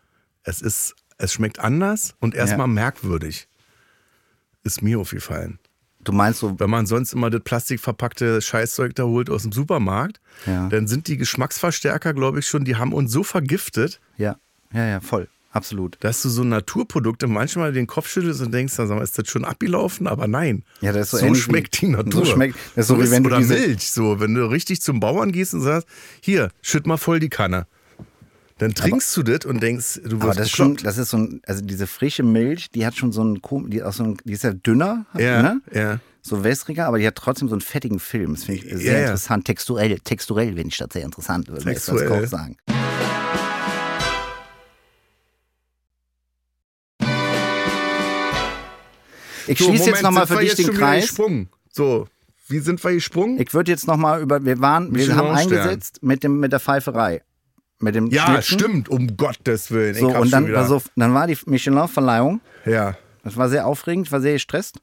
B: Es ist, es schmeckt anders und erstmal merkwürdig. Ist mir aufgefallen.
C: Du meinst so,
B: Wenn man sonst immer das plastikverpackte Scheißzeug da holt aus dem Supermarkt,
C: Ja.
B: dann sind die Geschmacksverstärker, glaube ich, schon, die haben uns so vergiftet,
C: ja, ja, ja, voll, absolut.
B: dass du so Naturprodukte manchmal den Kopf schüttelst und denkst, sag mal, ist das schon abgelaufen? Aber nein.
C: Ja, das ist so ähnlich wie-
B: schmeckt die Natur.
C: so schmeckt- das ist so wie
B: ist-
C: wenn du
B: Oder
C: diese-
B: Milch, so. Wenn du richtig zum Bauern gehst und sagst, hier, schütt mal voll die Kanne. Dann trinkst du das und denkst, du wirst
C: Aber das ist schon,
B: bekloppt.
C: das ist so ein, also diese frische Milch, die hat schon so einen, kom- die, ist auch so ein, die ist ja dünner,
B: Ja,
C: ne?
B: ja.
C: So wässriger, aber die hat trotzdem so einen fettigen Film. Das finde ich sehr
B: Ja, ja.
C: interessant. Texturell, texturell finde ich das sehr interessant, würde man jetzt als
B: Textuell.
C: Koch sagen. Ich
B: So,
C: schließe
B: Moment,
C: jetzt nochmal
B: sind wir
C: für dich
B: jetzt
C: den
B: schon wieder
C: Kreis.
B: Gesprungen? So, wie sind wir gesprungen?
C: Ich würde jetzt nochmal über, wir waren, wir
B: Michelin
C: haben
B: Stern.
C: eingesetzt mit dem, mit der Pfeiferei. Mit dem
B: ja,
C: Schnitzen.
B: stimmt, um Gottes Willen.
C: So,
B: ich hab
C: und
B: schon
C: dann also-
B: wieder,
C: war, so, dann war die Michelin-Verleihung.
B: ja.
C: Das war sehr aufregend, war sehr gestresst.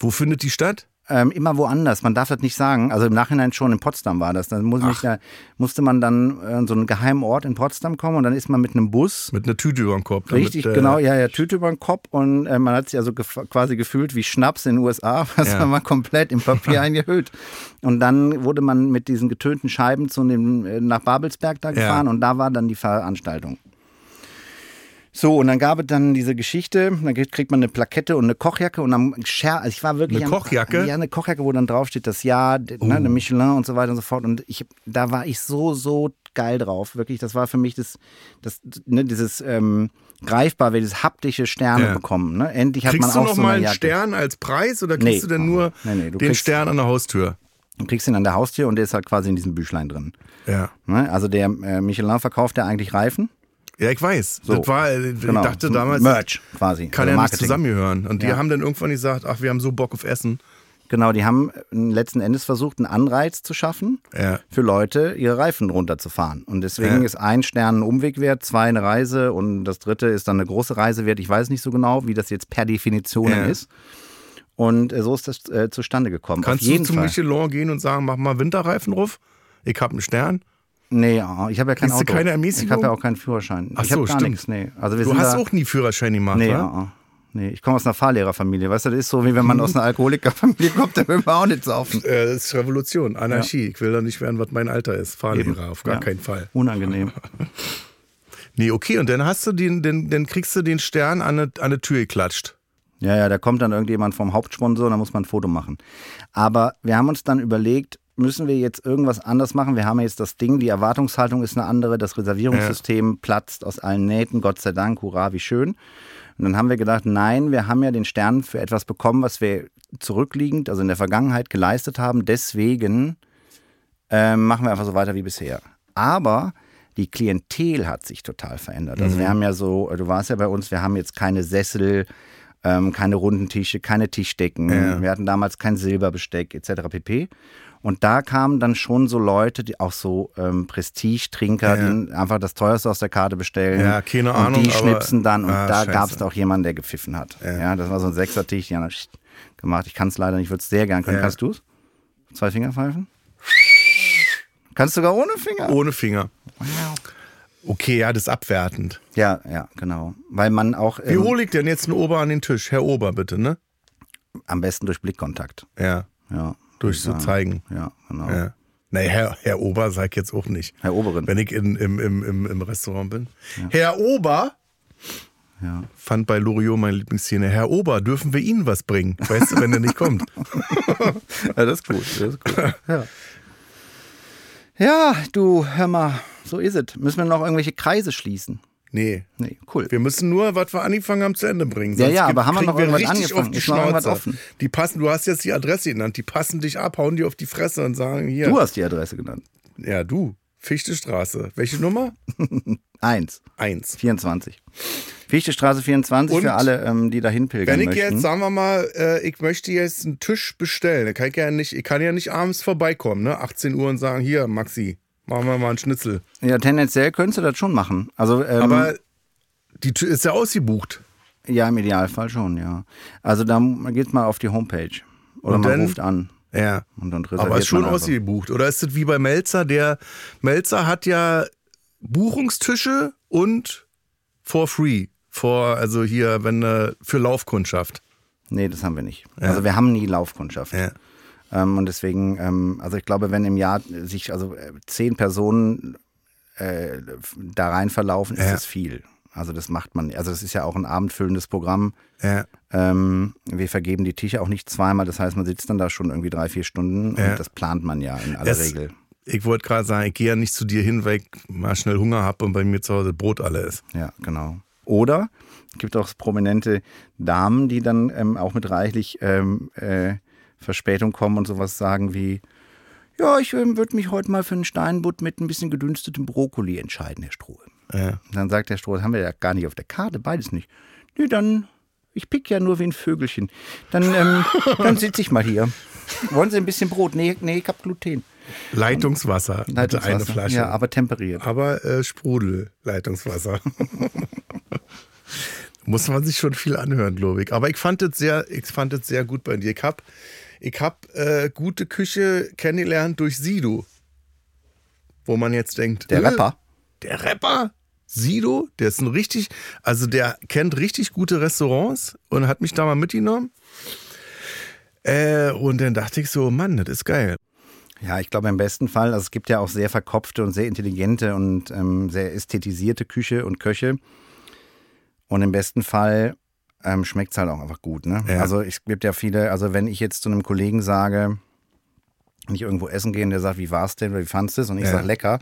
B: Wo findet die statt?
C: Ähm, immer woanders, man darf das nicht sagen. Also im Nachhinein schon in Potsdam war das. Dann muss mich da, musste man dann äh, an so einen geheimen Ort in Potsdam kommen und dann ist man mit einem Bus.
B: Mit einer Tüte über dem Kopf. damit,
C: Richtig,
B: äh,
C: genau, ja, ja, Tüte über den Kopf und äh, man hat sich also gef quasi gefühlt wie Schnaps in den USA, was
B: Ja.
C: man mal komplett im Papier eingehüllt. Und dann wurde man mit diesen getönten Scheiben zu dem, äh, nach Babelsberg da gefahren und da war dann die Veranstaltung. So, und dann gab es dann diese Geschichte, dann kriegt kriegt man eine Plakette und eine Kochjacke und am Scher, also ich war wirklich...
B: Eine
C: am-
B: Kochjacke?
C: Ja, eine Kochjacke, wo dann draufsteht das Jahr, d-
B: Oh.
C: ne, eine Michelin und so weiter und so fort. Und ich, da war ich so, so geil drauf, wirklich. Das war für mich das, das ne, dieses ähm, greifbar, weil dieses haptische Sterne
B: Ja.
C: bekommen. Ne? Endlich hat
B: Kriegst
C: man auch
B: du noch
C: so
B: mal
C: eine
B: einen
C: Jacke.
B: Stern als Preis oder kriegst
C: Nee.
B: du denn nur
C: Nee, nee, du
B: den
C: kriegst-
B: Stern an der Haustür?
C: Du kriegst ihn an der Haustür und der ist halt quasi in diesem Büchlein drin.
B: Ja.
C: Ne? Also der äh, Michelin verkauft ja eigentlich Reifen.
B: Ja, ich weiß. Das war, äh, ich
C: Genau.
B: dachte damals,
C: Merch quasi.
B: kann
C: also
B: ja nicht
C: Marketing.
B: zusammengehören. Und die
C: Ja.
B: haben dann irgendwann gesagt, ach, wir haben so Bock auf Essen.
C: Genau, die haben letzten Endes versucht, einen Anreiz zu schaffen
B: Ja.
C: für Leute, ihre Reifen runterzufahren. Und deswegen
B: Ja.
C: ist ein Stern ein Umweg wert, zwei eine Reise und das dritte ist dann eine große Reise wert. Ich weiß nicht so genau, wie das jetzt per Definition
B: Ja.
C: ist. Und äh, so ist das äh, zustande gekommen.
B: Kannst
C: Auf jeden
B: du zu
C: Fall.
B: Michelin gehen und sagen, mach mal Winterreifen drauf? Ich habe einen Stern.
C: Nee, ja, ich habe ja kein
B: Kriegst du
C: Auto.
B: keine
C: ich
B: Ermäßigung?
C: habe ja auch keinen Führerschein.
B: Ach
C: ich habe
B: so,
C: gar
B: stimmt.
C: nichts. Nee. Also wir
B: Du
C: sind
B: hast
C: da,
B: auch nie Führerschein gemacht,
C: Nee,
B: wa?
C: ja, nee, ich komme aus einer Fahrlehrerfamilie. Weißt du, das ist so, wie wenn man aus einer Alkoholikerfamilie kommt, dann will man auch nicht saufen.
B: Äh, Das ist Revolution, Anarchie. Ich will da nicht werden, was mein Alter ist. Fahrlehrer, auf gar
C: Ja.
B: keinen Fall.
C: Unangenehm.
B: Nee, okay, und dann hast du den, den, dann kriegst du den Stern an eine, an eine Tür geklatscht.
C: Ja, ja, da kommt dann irgendjemand vom Hauptsponsor, da muss man ein Foto machen. Aber wir haben uns dann überlegt, müssen wir jetzt irgendwas anders machen? Wir haben jetzt das Ding, die Erwartungshaltung ist eine andere, das Reservierungssystem platzt aus allen Nähten, Gott sei Dank, hurra, wie schön. Und dann haben wir gedacht, nein, wir haben ja den Stern für etwas bekommen, was wir zurückliegend, also in der Vergangenheit geleistet haben. Deswegen ähm, machen wir einfach so weiter wie bisher. Aber die
B: Mhm.
C: äh, Klientel hat sich total verändert. Also wir haben ja so, du warst ja bei uns, wir haben jetzt keine Sessel, ähm, keine runden Tische, keine Tischdecken.
B: Ja.
C: Wir hatten damals kein Silberbesteck etc. pp. Und da kamen dann schon so Leute, die auch so ähm, Prestige-Trinker, die einfach das teuerste aus der Karte bestellen.
B: Ja, keine
C: und
B: Ahnung,
C: Die
B: aber-
C: schnipsen dann und
B: Ah,
C: da
B: scheiße.
C: gab es auch jemanden, der gepfiffen hat. Ja. das war so ein Sechser-Tisch, die haben dann gemacht. Ich kann es leider nicht, würde es sehr gern können.
B: Ja.
C: Kannst du es? Zwei Finger pfeifen? Kannst du sogar ohne Finger?
B: Ohne Finger. Okay, ja, das ist abwertend.
C: Ja, ja, genau. Weil man auch
B: Wie
C: ähm,
B: hole ich denn jetzt einen Ober an den Tisch? Herr Ober, bitte, ne?
C: am besten durch Blickkontakt.
B: Ja,
C: Ja.
B: durch zu zeigen.
C: Ja, genau.
B: Ja. Nee, Herr, Herr Ober sag ich jetzt auch nicht.
C: Herr Oberin.
B: Wenn ich in, im, im, im, im Restaurant bin. Herr Ober,
C: Ja.
B: fand bei Loriot meine Lieblingsszene, Herr Ober, dürfen wir Ihnen was bringen? Weißt du, wenn er nicht kommt.
C: Ja, das ist gut. Das ist gut. ja. ja, du, hör mal, so ist es. Müssen wir noch irgendwelche Kreise schließen?
B: Nee.
C: Nee, cool.
B: Wir müssen nur, was wir angefangen haben, zu Ende bringen.
C: Ja,
B: Sonst
C: ja,
B: gibt-
C: aber haben wir
B: kriegen
C: noch irgendwas
B: richtig
C: angefangen?
B: Auf die
C: Ist noch irgendwas
B: Schnauze.
C: offen?
B: Die passen, du hast jetzt die Adresse genannt, die passen dich ab, hauen dir auf die Fresse und sagen hier.
C: Du hast die Adresse genannt.
B: Ja, du. Fichtestraße. Welche Nummer?
C: Eins,
B: Eins.
C: 24. Fichtestraße 24
B: Und
C: für alle, ähm, die da hinpilgern
B: Wenn ich
C: möchten.
B: jetzt, sagen wir mal, äh, ich möchte jetzt einen Tisch bestellen, dann kann ich ja nicht, ich kann ja nicht abends vorbeikommen, ne? 18 Uhr und sagen, hier, Maxi, machen wir mal einen Schnitzel.
C: ja, tendenziell könntest du das schon machen. Also, ähm,
B: Aber die Tür ist ja ausgebucht.
C: ja, im Idealfall schon, ja. Also da geht mal auf die Homepage. Oder
B: Und
C: man
B: dann-
C: ruft an.
B: Ja. also.
C: Und dann reserviert
B: Aber ist schon
C: man also einfach.
B: ausgebucht. Oder ist das wie bei Melzer? Der Melzer hat ja Buchungstische und for free. For, also hier, wenn äh, für Laufkundschaft.
C: Nee, das haben wir nicht. Also wir haben nie Laufkundschaft.
B: Ja.
C: Ähm, und deswegen, ähm, also ich glaube, wenn im Jahr sich also äh, zehn Personen äh, f- da rein verlaufen, ist
B: Ja.
C: das viel. Also das macht man. Also das ist ja auch ein abendfüllendes Programm.
B: Ja.
C: Ähm, wir vergeben die Tische auch nicht zweimal. Das heißt, man sitzt dann da schon irgendwie drei, vier Stunden
B: Ja.
C: und das plant man ja in aller
B: Es-
C: Regel.
B: Ich wollte gerade sagen, ich gehe ja nicht zu dir hin, weil ich mal schnell Hunger habe und bei mir zu Hause Brot alle ist.
C: Ja, genau. Oder es gibt auch prominente Damen, die dann ähm, auch mit reichlich ähm, äh, Verspätung kommen und sowas sagen wie, ja, ich ähm, würde mich heute mal für einen Steinbutt mit ein bisschen gedünstetem Brokkoli entscheiden, Herr Strohe.
B: Ja.
C: Und dann sagt der Stroh, das haben wir ja gar nicht auf der Karte, beides nicht. Nö, dann, ich pick ja nur wie ein Vögelchen. Dann, ähm, dann sitze ich mal hier. Wollen Sie ein bisschen Brot? Nee, nee ich hab Gluten.
B: Leitungswasser, bitte eine
C: Leitungswasser.
B: Flasche.
C: ne? Ja, aber temperiert.
B: aber äh, Sprudel, Leitungswasser. Muss man sich schon viel anhören, glaube ich. Aber ich fand es sehr, ich fand es sehr gut bei dir. Ich habe ich hab, äh, gute Küche kennengelernt durch Sido. Wo man jetzt denkt,
C: Der
B: äh,
C: Rapper.
B: Der Rapper Sido, der ist ein richtig, also der kennt richtig gute Restaurants und hat mich da mal mitgenommen. Äh, und dann dachte ich so, Mann, das ist geil.
C: Ja, ich glaube im besten Fall, also es gibt ja auch sehr verkopfte und sehr intelligente und ähm, sehr ästhetisierte Küche und Köche. Und im besten Fall ähm, schmeckt es halt auch einfach gut. Ne?
B: Ja.
C: Also es gibt ja viele, also wenn ich jetzt zu einem Kollegen sage, wenn ich irgendwo essen gehe und der sagt, wie war's denn oder wie fandst du es? Und ich
B: Ja.
C: sage lecker,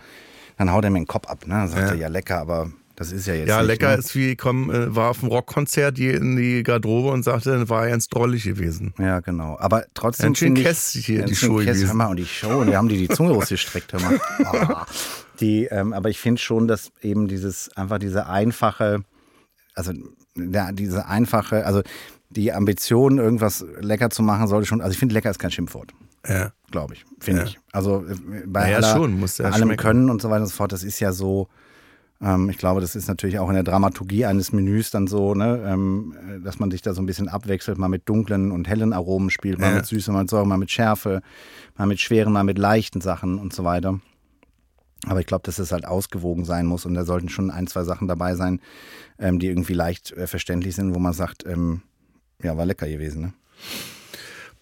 C: dann haut er mir den Kopf ab. Ne? Dann sagt
B: Ja.
C: er, ja lecker, aber das ist ja jetzt
B: Ja,
C: nicht.
B: lecker
C: ne?
B: ist wie, komm, äh, war auf dem Rockkonzert hier in die Garderobe und sagte, dann war er ganz drollig gewesen.
C: Ja, genau. Aber trotzdem.
B: Ganz schön
C: finde ich-
B: Käst hier
C: ganz
B: die
C: schön
B: Show
C: Käst,
B: gewesen.
C: hör mal, und die Show, und wir haben die die Zunge rausgestreckt, hör mal. Ah. Die, ähm, aber ich finde schon, dass eben dieses, einfach diese einfache, also ja, diese einfache, also die Ambition, irgendwas lecker zu machen, sollte schon, also ich finde, lecker ist kein Schimpfwort,
B: Ja.
C: glaube ich, finde ich. Also äh, bei
B: Naja,
C: aller,
B: schon, muss ja
C: bei allem
B: schmecken.
C: Können und so weiter und so fort, das ist ja so, ähm, ich glaube, das ist natürlich auch in der Dramaturgie eines Menüs dann so, ne, ähm, äh, dass man sich da so ein bisschen abwechselt, mal mit dunklen und hellen Aromen spielt, mal
B: Ja.
C: mit Süße, mal mit Säure, mal mit Schärfe, mal mit schweren, mal mit leichten Sachen und so weiter. Aber ich glaube, dass es halt ausgewogen sein muss und da sollten schon ein, zwei Sachen dabei sein, ähm, die irgendwie leicht äh, verständlich sind, wo man sagt, ähm, ja, war lecker gewesen, ne?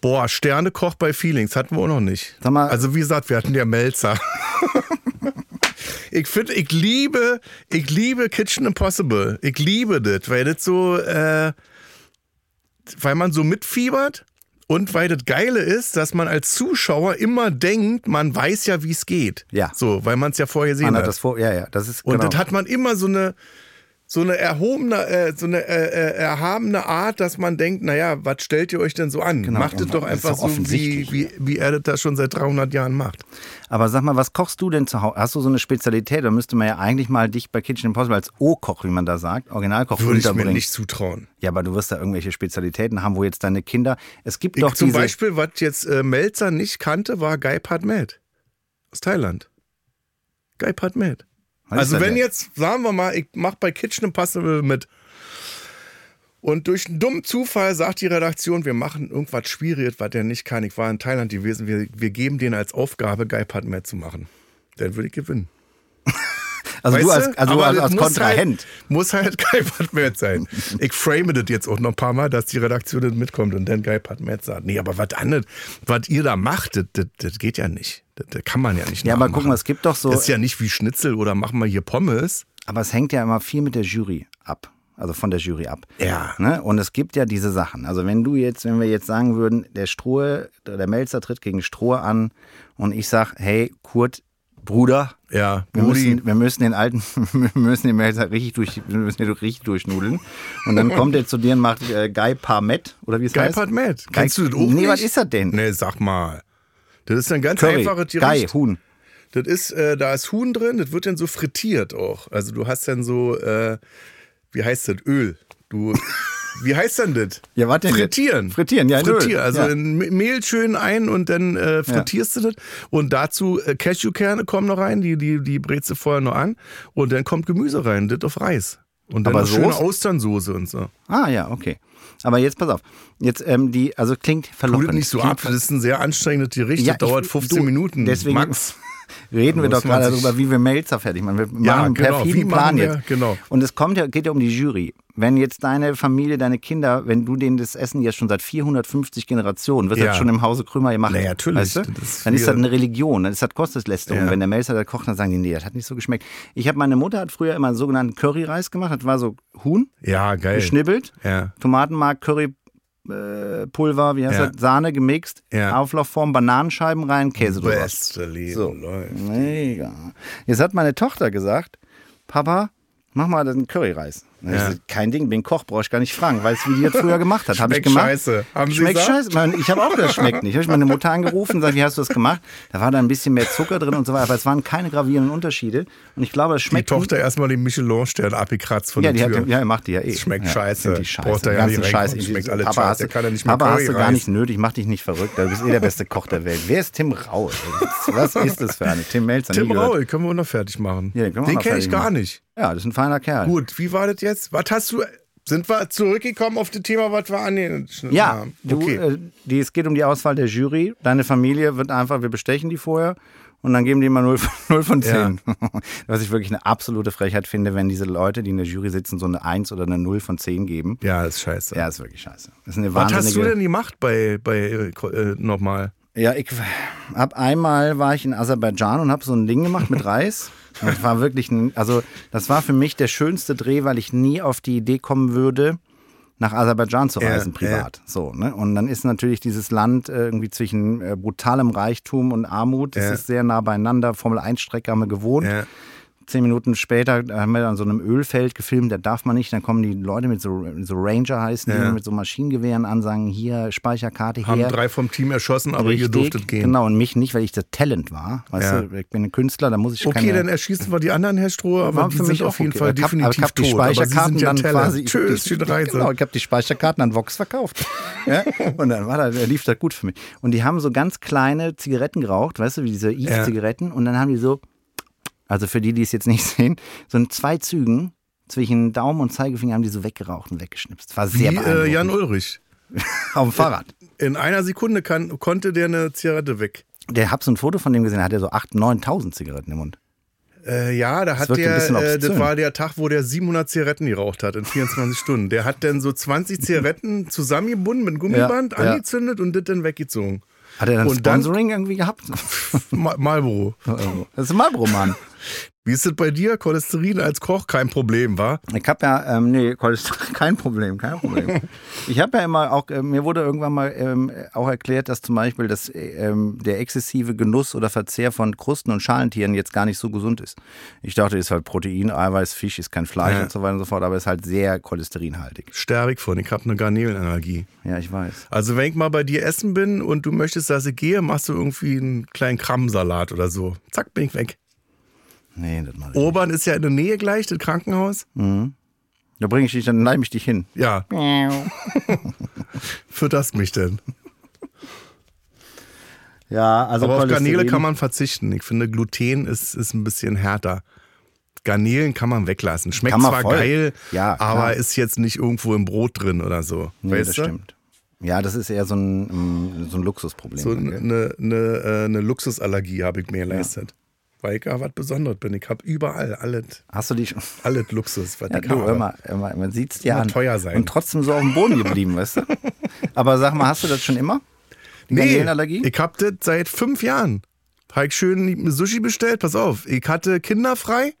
B: Boah, Sternekoch bei Feelings hatten wir auch noch nicht.
C: Sag mal-
B: also wie gesagt, wir hatten ja Melzer. ich finde, ich liebe, ich liebe Kitchen Impossible. Ich liebe das, weil das so, äh, weil man so mitfiebert und weil das Geile ist, dass man als Zuschauer immer denkt, man weiß ja, wie es geht.
C: Ja.
B: So, weil man es ja vorher gesehen
C: Man
B: hat.
C: hat das vor, ja, ja, das ist
B: Und
C: genau.
B: das hat man immer so eine, so eine erhobene, äh, so eine äh, äh, erhabene Art, dass man denkt, naja, was stellt ihr euch denn so an?
C: Genau,
B: macht es
C: und
B: doch
C: das
B: einfach
C: ist doch
B: so, wie,
C: offensichtlich.
B: wie, wie er das da schon seit 300 Jahren macht.
C: Aber sag mal, was kochst du denn zu Hause? Hast du so eine Spezialität? Da müsste man ja eigentlich mal dich bei Kitchen Impossible als O-Koch, wie man da sagt, Originalkoch
B: Würde ich mir
C: unterbringen.
B: nicht zutrauen.
C: Ja, aber du wirst da irgendwelche Spezialitäten haben, wo jetzt deine Kinder. Es gibt
B: Ich,
C: doch
B: zum
C: diese.
B: Beispiel, was jetzt äh, Melzer nicht kannte, war Guy Padmet aus Thailand. Guy Padmet.
C: Was ist
B: Also
C: denn
B: wenn
C: der?
B: jetzt, sagen wir mal, ich mache bei Kitchen Impossible mit und durch einen dummen Zufall sagt die Redaktion, wir machen irgendwas Schwieriges, was der nicht kann. Ich war in Thailand gewesen, wir, wir geben denen als Aufgabe, Guy Padmet zu machen. Dann würde ich gewinnen.
C: also du
B: Weißt
C: als, also
B: Aber
C: als,
B: das
C: als
B: muss
C: Kontrahent.
B: Halt, muss halt Guy Padmet sein. Ich frame das jetzt auch noch ein paar Mal, dass die Redaktion das mitkommt und dann Guy Padmet sagt, nee, aber was anderes, was ihr da macht, das, das, das geht ja nicht. Das, das kann man ja nicht
C: ja, aber
B: nachmachen.
C: guck mal, es gibt doch so.
B: Das ist ja nicht wie Schnitzel oder machen wir hier Pommes.
C: Aber es hängt ja immer viel mit der Jury ab. Also von der Jury ab.
B: Ja.
C: Ne? Und es gibt ja diese Sachen. Also wenn du jetzt, wenn wir jetzt sagen würden, der Strohe, der Melzer tritt gegen Strohe an und ich sag, hey, Kurt, Bruder,
B: Ja,
C: wir
B: Brudi.
C: müssen, wir müssen den alten, wir müssen den Melzer richtig durch, wir müssen den durch- richtig durchnudeln. Und dann kommt er zu dir und macht äh, Guy Parmet oder wie es
B: Guy
C: heißt.
B: Padmet. Kennst du das auch
C: Nee,
B: nicht?
C: was ist das denn?
B: Nee, sag mal. Das ist ein ganz
C: Curry,
B: einfaches
C: Guy,
B: Gericht.
C: Huhn.
B: Das ist, äh, da ist Huhn drin, das wird dann so frittiert auch. Also du hast dann so, äh, wie heißt das, Öl. Du, wie heißt denn das?
C: Ja, was denn?
B: Frittieren.
C: Frittieren, ja, in Öl.
B: Frittieren. Also
C: Ja.
B: in Me- Mehl schön ein und dann äh, frittierst du das. Und dazu äh, Cashewkerne kommen noch rein, die, die, die brätst du vorher noch an. Und dann kommt Gemüse rein, das auf Reis. Und dann
C: Aber
B: noch schöne
C: Soße?
B: Austernsoße und so.
C: Ah ja, okay. Aber jetzt pass auf. Jetzt ähm, die, also klingt verlockend.
B: Blutet nicht so
C: Klingt
B: ab, das ist ein sehr anstrengendes Gericht,
C: Ja,
B: das dauert
C: ich-
B: 15
C: du,
B: Minuten.
C: deswegen-
B: Max.
C: Reden wir
B: Muss
C: doch
B: man
C: gerade
B: sich-
C: darüber, wie wir Melzer fertig machen. Wir machen
B: Ja,
C: einen
B: genau. Wie
C: perfiden
B: machen
C: Plan
B: wir-
C: jetzt.
B: genau.
C: Und es kommt ja, geht ja um die Jury. Wenn jetzt deine Familie, deine Kinder, wenn du denen das Essen jetzt schon seit 450 Generationen, wird
B: Ja.
C: das schon im Hause Krömer gemacht.
B: Na ja, natürlich.
C: Weißt du?
B: Das ist
C: dann ist
B: wie-
C: das eine Religion, dann ist das Gotteslästerung.
B: Ja.
C: Wenn der Melzer da kocht, dann sagen die, nee, das hat nicht so geschmeckt. Ich habe meine Mutter hat früher immer einen sogenannten Curryreis gemacht. Das war so Huhn,
B: Ja, geil.
C: geschnibbelt,
B: Ja.
C: Tomatenmark, Curry. äh, Pulver, wie heißt
B: Ja.
C: das? Sahne gemixt,
B: Ja.
C: Auflaufform, Bananenscheiben rein, Käse drüber.
B: Beste Leben
C: So.
B: läuft.
C: Mega. Jetzt hat meine Tochter gesagt, Papa, mach mal den Curryreis. Und ich
B: Ja.
C: so, Kein Ding, bin Koch, brauche ich gar nicht fragen. Weißt du, wie die das früher gemacht hat? Habe ich
B: Schmeckt
C: gemacht.
B: scheiße. Haben Sie
C: schmeckt
B: gesagt?
C: scheiße. Mann, Ich habe auch gesagt, schmeckt nicht. Habe ich meine Mutter angerufen und gesagt, wie hast du das gemacht? Da war da ein bisschen mehr Zucker drin und so weiter. Aber es waren keine gravierenden Unterschiede. Und ich glaube, das
B: Die
C: schmeckt.
B: Tochter erstmal den Michelin-Stern abgekratzt von
C: ja, die
B: der
C: hat,
B: Tür.
C: ja, macht die ja eh.
B: Das schmeckt
C: ja,
B: scheiße.
C: sind Die scheiße.
B: Braucht er
C: die
B: ja nicht
C: ganzen
B: reinkommen.
C: scheiße.
B: Schmeckt
C: Die-
B: alles
C: Papa,
B: scheiße.
C: Hast du,
B: Der kann ja nicht mal
C: Papa hast du gar
B: Curryreis.
C: nicht nötig, mach dich nicht verrückt. Du bist eh der beste Koch der Welt. Wer ist Tim Raue? Was ist das für eine? Tim Melzer. nie
B: Tim
C: gehört.
B: Raul, können wir auch noch fertig machen.
C: Ja, den können wir auch
B: den
C: noch
B: kenne ich
C: fertig
B: gar
C: machen.
B: nicht.
C: Ja, das ist ein feiner Kerl.
B: Gut, wie war das jetzt? Was hast du. Sind wir zurückgekommen auf das Thema, was wir angeschnitten
C: Ja,
B: haben?
C: du, äh, die, es geht um die Auswahl der Jury. Deine Familie wird einfach, wir bestechen die vorher und dann geben die immer 0, von- 0 von 10. Was ich wirklich eine absolute Frechheit finde, wenn diese Leute, die in der Jury sitzen, so eine 1 oder eine 0 von 10 geben.
B: ja, das ist scheiße.
C: Ja, ist wirklich scheiße. Das ist eine
B: was hast du
C: wahnsinnige.
B: denn gemacht bei, bei äh, Ko- äh, nochmal?
C: Ja, ich hab einmal war ich in Aserbaidschan und hab so ein Ding gemacht mit Reis. Und Das war wirklich ein, also das war für mich der schönste Dreh, weil ich nie auf die Idee kommen würde, nach Aserbaidschan zu reisen, privat. So, ne? Und dann ist natürlich dieses Land äh, irgendwie zwischen äh, brutalem Reichtum und Armut. Es
B: Ja.
C: ist sehr nah beieinander. Formel-1-Strecke haben wir gewohnt.
B: Ja.
C: Zehn Minuten später haben wir an so einem Ölfeld gefilmt, da darf man nicht. Dann kommen die Leute mit so, so Ranger heißen, die
B: Ja.
C: mit so Maschinengewehren an, sagen, hier Speicherkarte
B: Haben
C: her.
B: drei vom Team erschossen, aber ihr
C: Richtig,
B: durftet gehen.
C: Genau, und mich nicht, weil ich das Talent war. Weißt
B: Ja.
C: du, ich bin ein Künstler, da muss ich
B: Okay,
C: keine...
B: dann erschießen wir die anderen, Herr Stroh, aber
C: War
B: die sind
C: auch
B: auf jeden
C: okay.
B: Fall
C: ich hab, aber
B: definitiv
C: ich hab die
B: tot. Aber sie
C: Speicherkarten
B: sind ja
C: dann
B: Teller.
C: quasi...
B: Tschüss,
C: ich,
B: schöne Reise.
C: Genau, ich habe die Speicherkarten an Vox verkauft. ja? Und dann war da, lief das gut für mich. Und die haben so ganz kleine Zigaretten geraucht, weißt du, wie diese E-Zigaretten. Und dann haben die so, also für die, die es jetzt nicht sehen, so in zwei Zügen zwischen Daumen und Zeigefinger haben die so weggeraucht und weggeschnipst. War sehr
B: Wie äh,
C: beeindruckend.
B: Jan Ulrich.
C: Auf dem Fahrrad.
B: In einer Sekunde kann, konnte der eine Zigarette weg.
C: Der hab so ein Foto von dem gesehen, da hat er so 8.000, 9.000 Zigaretten im Mund.
B: Äh, ja, da hat
C: wirkt ein
B: der,
C: bisschen
B: äh, das
C: obszön.
B: war der Tag, wo der 700 Zigaretten geraucht hat in 24 Stunden. Der hat dann so 20 Zigaretten zusammengebunden mit einem Gummiband,
C: Ja, ja.
B: angezündet und das dann weggezogen.
C: Hat er dann
B: Und dann-
C: Sponsoring irgendwie gehabt?
B: Ma Marlboro.
C: Das ist ein Marlboro, Mann.
B: Wie ist es bei dir? Cholesterin als Koch kein Problem, war?
C: Ich habe ja, ähm, nee, Cholesterin, kein Problem, kein Problem. Ich habe ja immer auch, äh, mir wurde irgendwann mal ähm, auch erklärt, dass zum Beispiel das, äh, ähm, der exzessive Genuss oder Verzehr von Krusten und Schalentieren jetzt gar nicht so gesund ist. Ich dachte, ist halt Protein, Eiweiß, Fisch, ist kein Fleisch
B: Ja.
C: und so weiter und so fort, aber ist halt sehr cholesterinhaltig.
B: Sterbe ich von, ich habe eine Garnelenallergie.
C: Ja, ich weiß.
B: Also wenn ich mal bei dir essen bin und du möchtest, dass ich gehe, machst du irgendwie einen kleinen Krabbensalat oder so. Zack, bin ich weg.
C: Nee, das mache ich. nicht.
B: Obern ist ja in der Nähe gleich, das Krankenhaus.
C: Da bringe ich dich, dann leim ich dich hin.
B: Ja, fütterst mich denn.
C: Ja, also
B: Aber auf
C: Cholesterin-
B: Garnele kann man verzichten. Ich finde, Gluten ist, ist ein bisschen härter. Garnelen kann man weglassen. Schmeckt
C: Kann man
B: zwar
C: voll.
B: geil,
C: Ja, klar.
B: aber ist jetzt nicht irgendwo im Brot drin oder so.
C: Nee,
B: weißt
C: das
B: du?
C: stimmt. Ja, das ist eher so ein, mm, so ein Luxusproblem.
B: So
C: dann, gell?
B: eine, eine, äh, eine Luxusallergie habe ich mir geleistet. Weil ich ja was Besonderes bin. Ich habe überall alles,
C: Hast du die schon?
B: alles Luxus, was
C: Ja,
B: ich
C: du,
B: habe.
C: immer, immer, man sieht's dir
B: Immer
C: an.
B: teuer sein.
C: Und trotzdem so auf dem Boden geblieben, weißt du? Aber sag mal, hast du das schon immer? Die Garnelenallergie?
B: ich hab das seit fünf Jahren. Hab ich schön Sushi bestellt, pass auf. Ich hatte Kinder frei.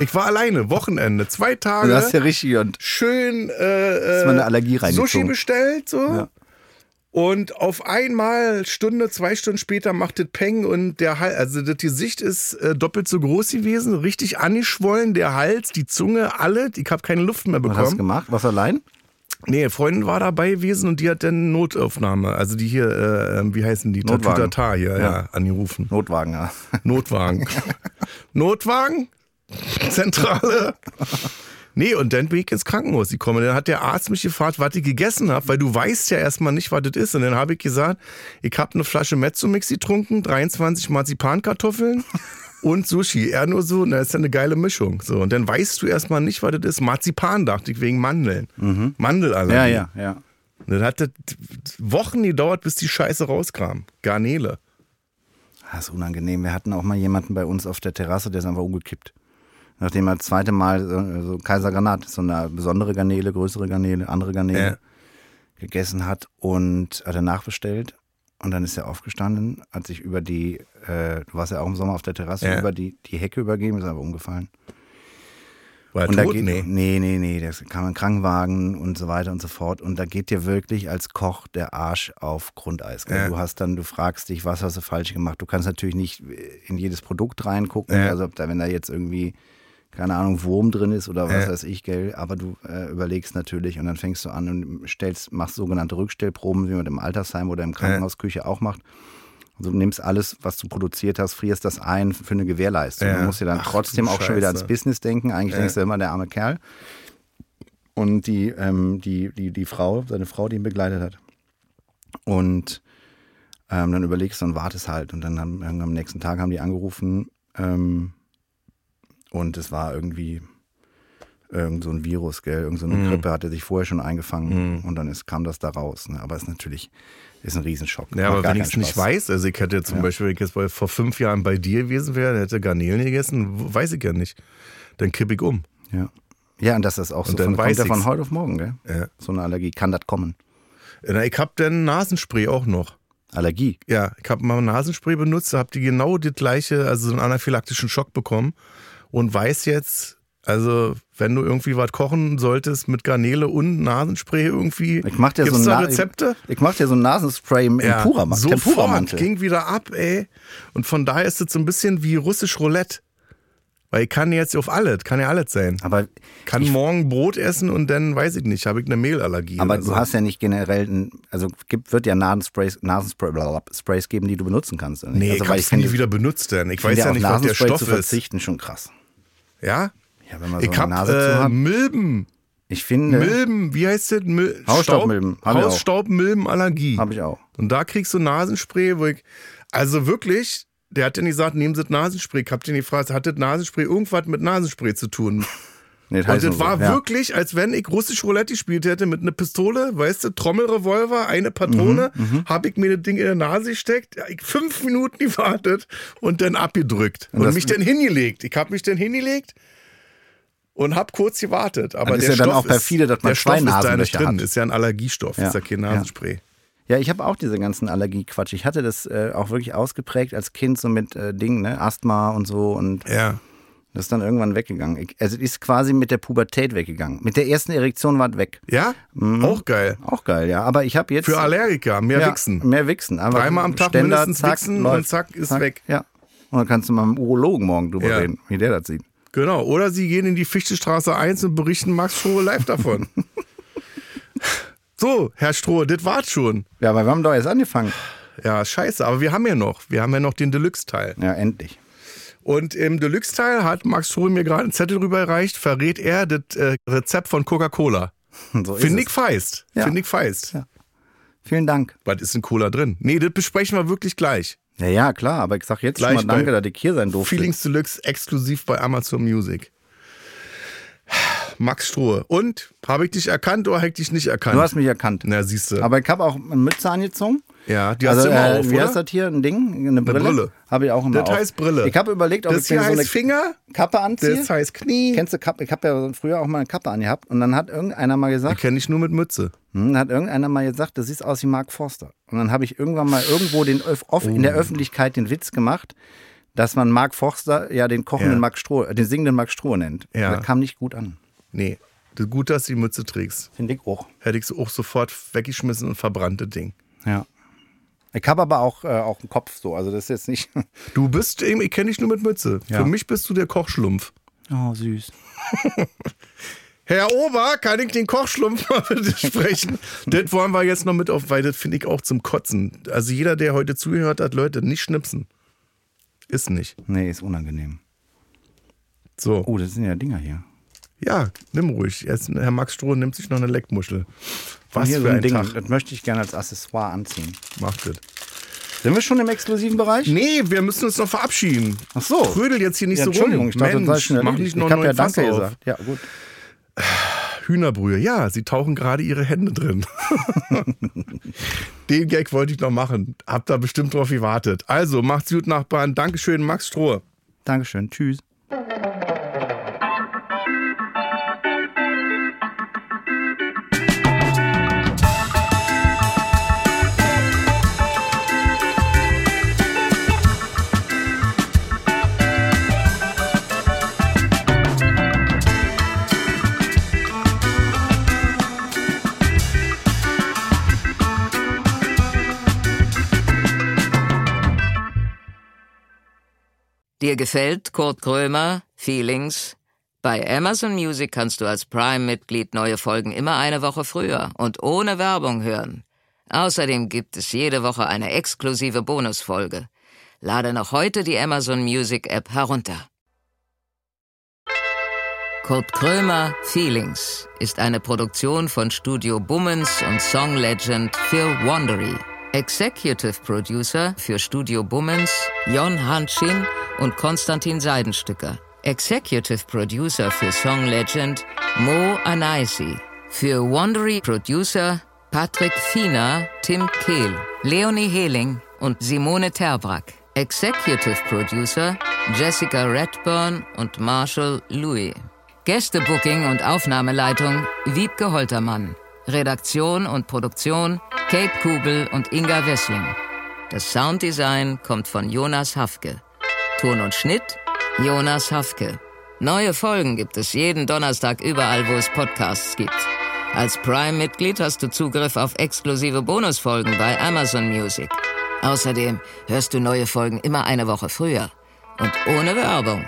B: Ich war alleine, Wochenende, zwei Tage.
C: Du hast ja richtig und
B: schön äh, äh,
C: mal eine Allergie
B: Sushi
C: reingezogen.
B: bestellt so.
C: Ja.
B: Und auf einmal, Stunde, zwei Stunden später, macht das Peng und der Hals, also das Gesicht ist äh, doppelt so groß gewesen, richtig angeschwollen, der Hals, die Zunge, alle. Ich habe keine Luft mehr
C: was hast du
B: bekommen.
C: gemacht? Was allein?
B: Nee, Freundin war dabei gewesen und die hat dann Notaufnahme, also die hier, äh, wie heißen die?
C: Notwagen.
B: Tatütata hier, ja,
C: Ja.
B: angerufen.
C: Notwagen, ja.
B: Notwagen. Notwagen? Zentrale. Nee, und dann bin ich ins Krankenhaus gekommen. Dann hat der Arzt mich gefragt, was ich gegessen habe, weil du weißt ja erstmal nicht, was das ist. Und dann habe ich gesagt, ich habe eine Flasche Mezzomix getrunken, 23 Marzipankartoffeln und Sushi. Er nur so, na, ist ja eine geile Mischung. So, und dann weißt du erstmal nicht, was das ist. Marzipan dachte ich wegen Mandeln. Mandelallergie.
C: Mhm. Ja, ja, ja.
B: Und Dann hat das Wochen gedauert, bis die Scheiße rauskam. Garnele.
C: Das Ah, ist unangenehm. Wir hatten auch mal jemanden bei uns auf der Terrasse, der ist einfach umgekippt. Nachdem er das zweite Mal so, so Kaisergranat, so eine besondere Garnele, größere Garnele, andere Garnele
B: Ja.
C: gegessen hat und hat er nachbestellt. Und dann ist er aufgestanden, hat sich über die, äh, du warst ja auch im Sommer auf der Terrasse,
B: Ja.
C: über die, die Hecke übergeben, ist aber umgefallen.
B: War er
C: Und da
B: tot?
C: geht,
B: Nee.
C: nee. nee, nee, Da kam ein Krankenwagen und so weiter und so fort. Und da geht dir wirklich als Koch der Arsch auf Grundeis. gell?
B: Ja.
C: Du hast dann, du fragst dich, was hast du falsch gemacht? Du kannst natürlich nicht äh, in jedes Produkt reingucken.
B: Ja.
C: Also ob da, wenn da jetzt irgendwie, keine Ahnung, Wurm drin ist oder was
B: Ja.
C: weiß ich, gell? Aber du äh, überlegst natürlich und dann fängst du an und stellst, machst sogenannte Rückstellproben, wie man im Altersheim oder im Krankenhausküche auch macht. Also du nimmst alles, was du produziert hast, frierst das ein für eine Gewährleistung.
B: Ja.
C: Du musst dir dann
B: Ach,
C: trotzdem
B: du
C: auch schon wieder
B: Scheiße.
C: ans Business denken. Eigentlich denkst du immer, der arme Kerl. Und die, ähm, die, die, die Frau, seine Frau, die ihn begleitet hat. Und ähm, dann überlegst du und wartest halt. Und dann haben, haben am nächsten Tag haben die angerufen. Ähm, und es war irgendwie irgend so ein Virus, gell? Irgend so
B: Mhm.
C: eine Grippe hatte sich vorher schon eingefangen. Und dann ist, kam das da raus. Ne? Aber es ist natürlich ist ein Riesenschock.
B: Ja,
C: Macht
B: aber
C: gar
B: wenn
C: keinen
B: ich es nicht
C: Spaß.
B: weiß, also ich hätte zum Beispiel, wenn ich jetzt bei- vor fünf Jahren bei dir gewesen wäre, hätte Garnelen gegessen, w- weiß ich ja nicht. Dann kippe ich um.
C: Ja. Ja, und das ist auch so.
B: dann
C: von, kommt
B: weiß
C: ja von
B: ich's.
C: heute auf morgen, gell?
B: Ja.
C: So eine Allergie. Kann das kommen?
B: Na, ich habe dann Nasenspray auch noch.
C: Allergie.
B: Ja, ich habe mal Nasenspray benutzt, habe die genau das gleiche, also so einen anaphylaktischen Schock bekommen und weiß jetzt, also wenn du irgendwie was kochen solltest mit Garnele und Nasenspray irgendwie,
C: Ich mach dir
B: gibt's
C: so
B: da
C: Na-
B: Rezepte?
C: Ich, ich mach dir so ein Nasenspray im, im Puramantel.
B: sofort
C: Tempuramantel.
B: ging wieder ab, ey. Und von daher ist es so ein bisschen wie russisch Roulette. Weil ich kann jetzt auf alles, kann ja alles sein.
C: Aber,
B: Kann morgen Brot essen und dann, weiß ich nicht, habe ich eine Mehlallergie.
C: aber
B: oder so.
C: du hast ja nicht generell, ein, also gibt, wird ja Nasensprays, Nasenspray, blablabla, Sprays geben, die du benutzen kannst. Oder nicht?
B: nee,
C: also,
B: ich habe
C: ich
B: es nie
C: finde-
B: wieder benutzt, denn ich weiß
C: finde
B: ja
C: auf
B: nicht, was der
C: Nasenspray
B: Stoff
C: zu
B: ist.
C: verzichten schon krass.
B: Ja?
C: Ja, wenn man so
B: Ich
C: eine
B: habe
C: Nase zu
B: äh,
C: hat.
B: Milben,
C: Ich finde,
B: Milben, wie heißt das? Mil
C: Hausstaubmilben,
B: Staub-
C: hab ich auch.
B: Hausstaubmilbenallergie.
C: habe ich auch.
B: Und da kriegst du Nasenspray, wo ich, also wirklich, der hat dann gesagt, nehmen Sie das Nasenspray. Ich hab den gefragt, hat das Nasenspray irgendwas mit Nasenspray zu tun?
C: Nee, heißt nur
B: Und das
C: Also so,
B: war
C: ja.
B: wirklich, als wenn ich russisch Roulette gespielt hätte mit einer Pistole, weißt du, Trommelrevolver, eine Patrone,
C: Mhm,
B: habe ich mir das Ding in die Nase gesteckt, ja, ich fünf Minuten gewartet und dann abgedrückt und,
C: das-
B: mich dann hingelegt. Ich habe mich dann hingelegt und habe kurz gewartet. Aber
C: Dann ist
B: der
C: ja dann
B: Stoff
C: auch perfide, dass man
B: der Stoff
C: zwei
B: ist da nicht
C: Nasenlöcher
B: drin,
C: hat.
B: ist ja ein Allergiestoff,
C: Ja,
B: ist ja kein
C: ja.
B: Nasenspray.
C: Ja, ich habe auch diese ganzen Allergie-Quatsch. Ich hatte das äh, auch wirklich ausgeprägt als Kind, so mit äh, Dingen, ne? Asthma und so und
B: Ja.
C: Das ist dann irgendwann weggegangen. Ich- Also es ist quasi mit der Pubertät weggegangen. Mit der ersten Erektion war es weg.
B: Ja? Auch geil.
C: Auch geil, ja. Aber ich habe jetzt.
B: Für Allergiker, mehr
C: Mhm. ja,
B: wichsen.
C: Mehr Wichsen. Aber
B: Dreimal am Tag
C: Ständer,
B: mindestens
C: zack,
B: wichsen
C: läuft.
B: und zack, ist weg.
C: Ja. Und dann kannst du mal mit dem Urologen morgen drüber
B: Ja.
C: reden, wie der das sieht.
B: Genau. Oder sie gehen in die Fichtestraße 1 und berichten Max Strohe live davon. so, Herr Strohe, das war's schon.
C: Ja, aber wir haben doch erst angefangen.
B: Ja, scheiße, aber wir haben ja noch. Wir haben ja noch den Deluxe-Teil.
C: Ja, endlich.
B: Und im Deluxe-Teil hat Max Strohe mir gerade einen Zettel rüberreicht, verrät er das äh, Rezept von Coca-Cola.
C: So ist
B: Finde ich
C: es.
B: feist.
C: Ja.
B: Finde ich feist.
C: Vielen Dank.
B: Was ist in Cola drin? Nee, das besprechen wir wirklich gleich.
C: Ja, ja, klar, aber ich sag jetzt schon
B: Gleich
C: mal danke,
B: bei
C: dass ich hier sein durfte.
B: Feelings Deluxe exklusiv bei Amazon Music. Max Strohe. Und? Habe ich dich erkannt oder habe ich dich nicht erkannt?
C: Du hast mich erkannt.
B: Na, siehst du.
C: Aber ich habe auch eine Mütze angezogen.
B: Ja, die hast
C: Also,
B: du immer
C: äh,
B: auf,
C: wie
B: oder?
C: heißt das hier? Ein Ding? Eine Brille?
B: Brille.
C: Habe ich auch immer
B: Das
C: auf.
B: heißt Brille.
C: Ich habe überlegt, ob
B: das
C: ich mir
B: hier
C: so eine
B: heißt Finger,
C: Kappe anziehe.
B: das heißt Knie.
C: Kennst du Kappe? Ich habe ja früher auch mal eine Kappe angehabt. Und dann hat irgendeiner mal gesagt,
B: Kenne ich nur mit Mütze.
C: Hm, hat irgendeiner mal gesagt, das sieht aus wie Mark Forster. Und dann habe ich irgendwann mal irgendwo den Öf off in
B: Oh.
C: der Öffentlichkeit den Witz gemacht, dass man Mark Forster ja den kochenden
B: Ja.
C: Mark Stroh, äh, den singenden Mark Stroh nennt.
B: Ja.
C: Das kam nicht gut an.
B: Nee. Das- Gut, dass du die Mütze trägst.
C: Finde ich auch.
B: Hätte ich sie auch sofort weggeschmissen und verbrannte Ding.
C: Ja. Ich habe aber auch, äh, auch einen Kopf so, also das ist jetzt nicht.
B: Du bist eben, ich kenne dich nur mit Mütze.
C: Ja.
B: Für mich bist du der Kochschlumpf.
C: Oh, süß.
B: Herr Ober, kann ich den Kochschlumpf mal bitte sprechen? das wollen wir jetzt noch mit auf, weil das finde ich auch zum Kotzen. Also jeder, der heute zugehört hat, Leute, nicht schnipsen. Ist nicht.
C: Nee, ist unangenehm.
B: So.
C: Oh, das sind ja Dinger hier.
B: Ja, nimm ruhig. Jetzt, Herr Max Stroh nimmt sich noch eine Leckmuschel. Was
C: hier
B: für ein Ding. Tag
C: Das möchte ich gerne als Accessoire anziehen.
B: macht das?
C: Sind wir schon im exklusiven Bereich?
B: Nee, wir müssen uns noch verabschieden.
C: Ach so.
B: Trödel jetzt hier nicht
C: Ja,
B: so rum.
C: Entschuldigung, ich dachte, das sei
B: Mensch,
C: schon
B: mach
C: erledigt.
B: nicht noch
C: ich habe ja
B: neuen Fass
C: Danke
B: auf.
C: gesagt. Ja, gut.
B: Hühnerbrühe. Ja, sie tauchen gerade ihre Hände drin. Den Gag wollte ich noch machen. Habt da bestimmt drauf gewartet. Also, macht's gut, Nachbarn. Dankeschön, Max Strohe.
C: Dankeschön. Tschüss.
A: Dir gefällt Kurt Krömer, Feelings? Bei Amazon Music kannst du als Prime-Mitglied neue Folgen immer eine Woche früher und ohne Werbung hören. Außerdem gibt es jede Woche eine exklusive Bonusfolge. Lade noch heute die Amazon Music App herunter. Kurt Krömer Feelings ist eine Produktion von Studio Bummens und Song Legend Phil Wandery. Executive Producer für Studio Bummens Jon Hanschin und Konstantin Seidenstücker. Executive Producer für Song Legend Mo Anaisi. Für Wandery Producer Patrick Fiener, Tim Kehl, Leonie Hehling und Simone Terbrack. Executive Producer Jessica Redburn und Marshall Louis. Gästebooking und Aufnahmeleitung Wiebke Holtermann. Redaktion und Produktion Kate Kugel und Inga Wessling. Das Sounddesign kommt von Jonas Hafke. Ton und Schnitt Jonas Hafke. Neue Folgen gibt es jeden Donnerstag überall, wo es Podcasts gibt. Als Prime-Mitglied hast du Zugriff auf exklusive Bonusfolgen bei Amazon Music. Außerdem hörst du neue Folgen immer eine Woche früher und ohne Werbung.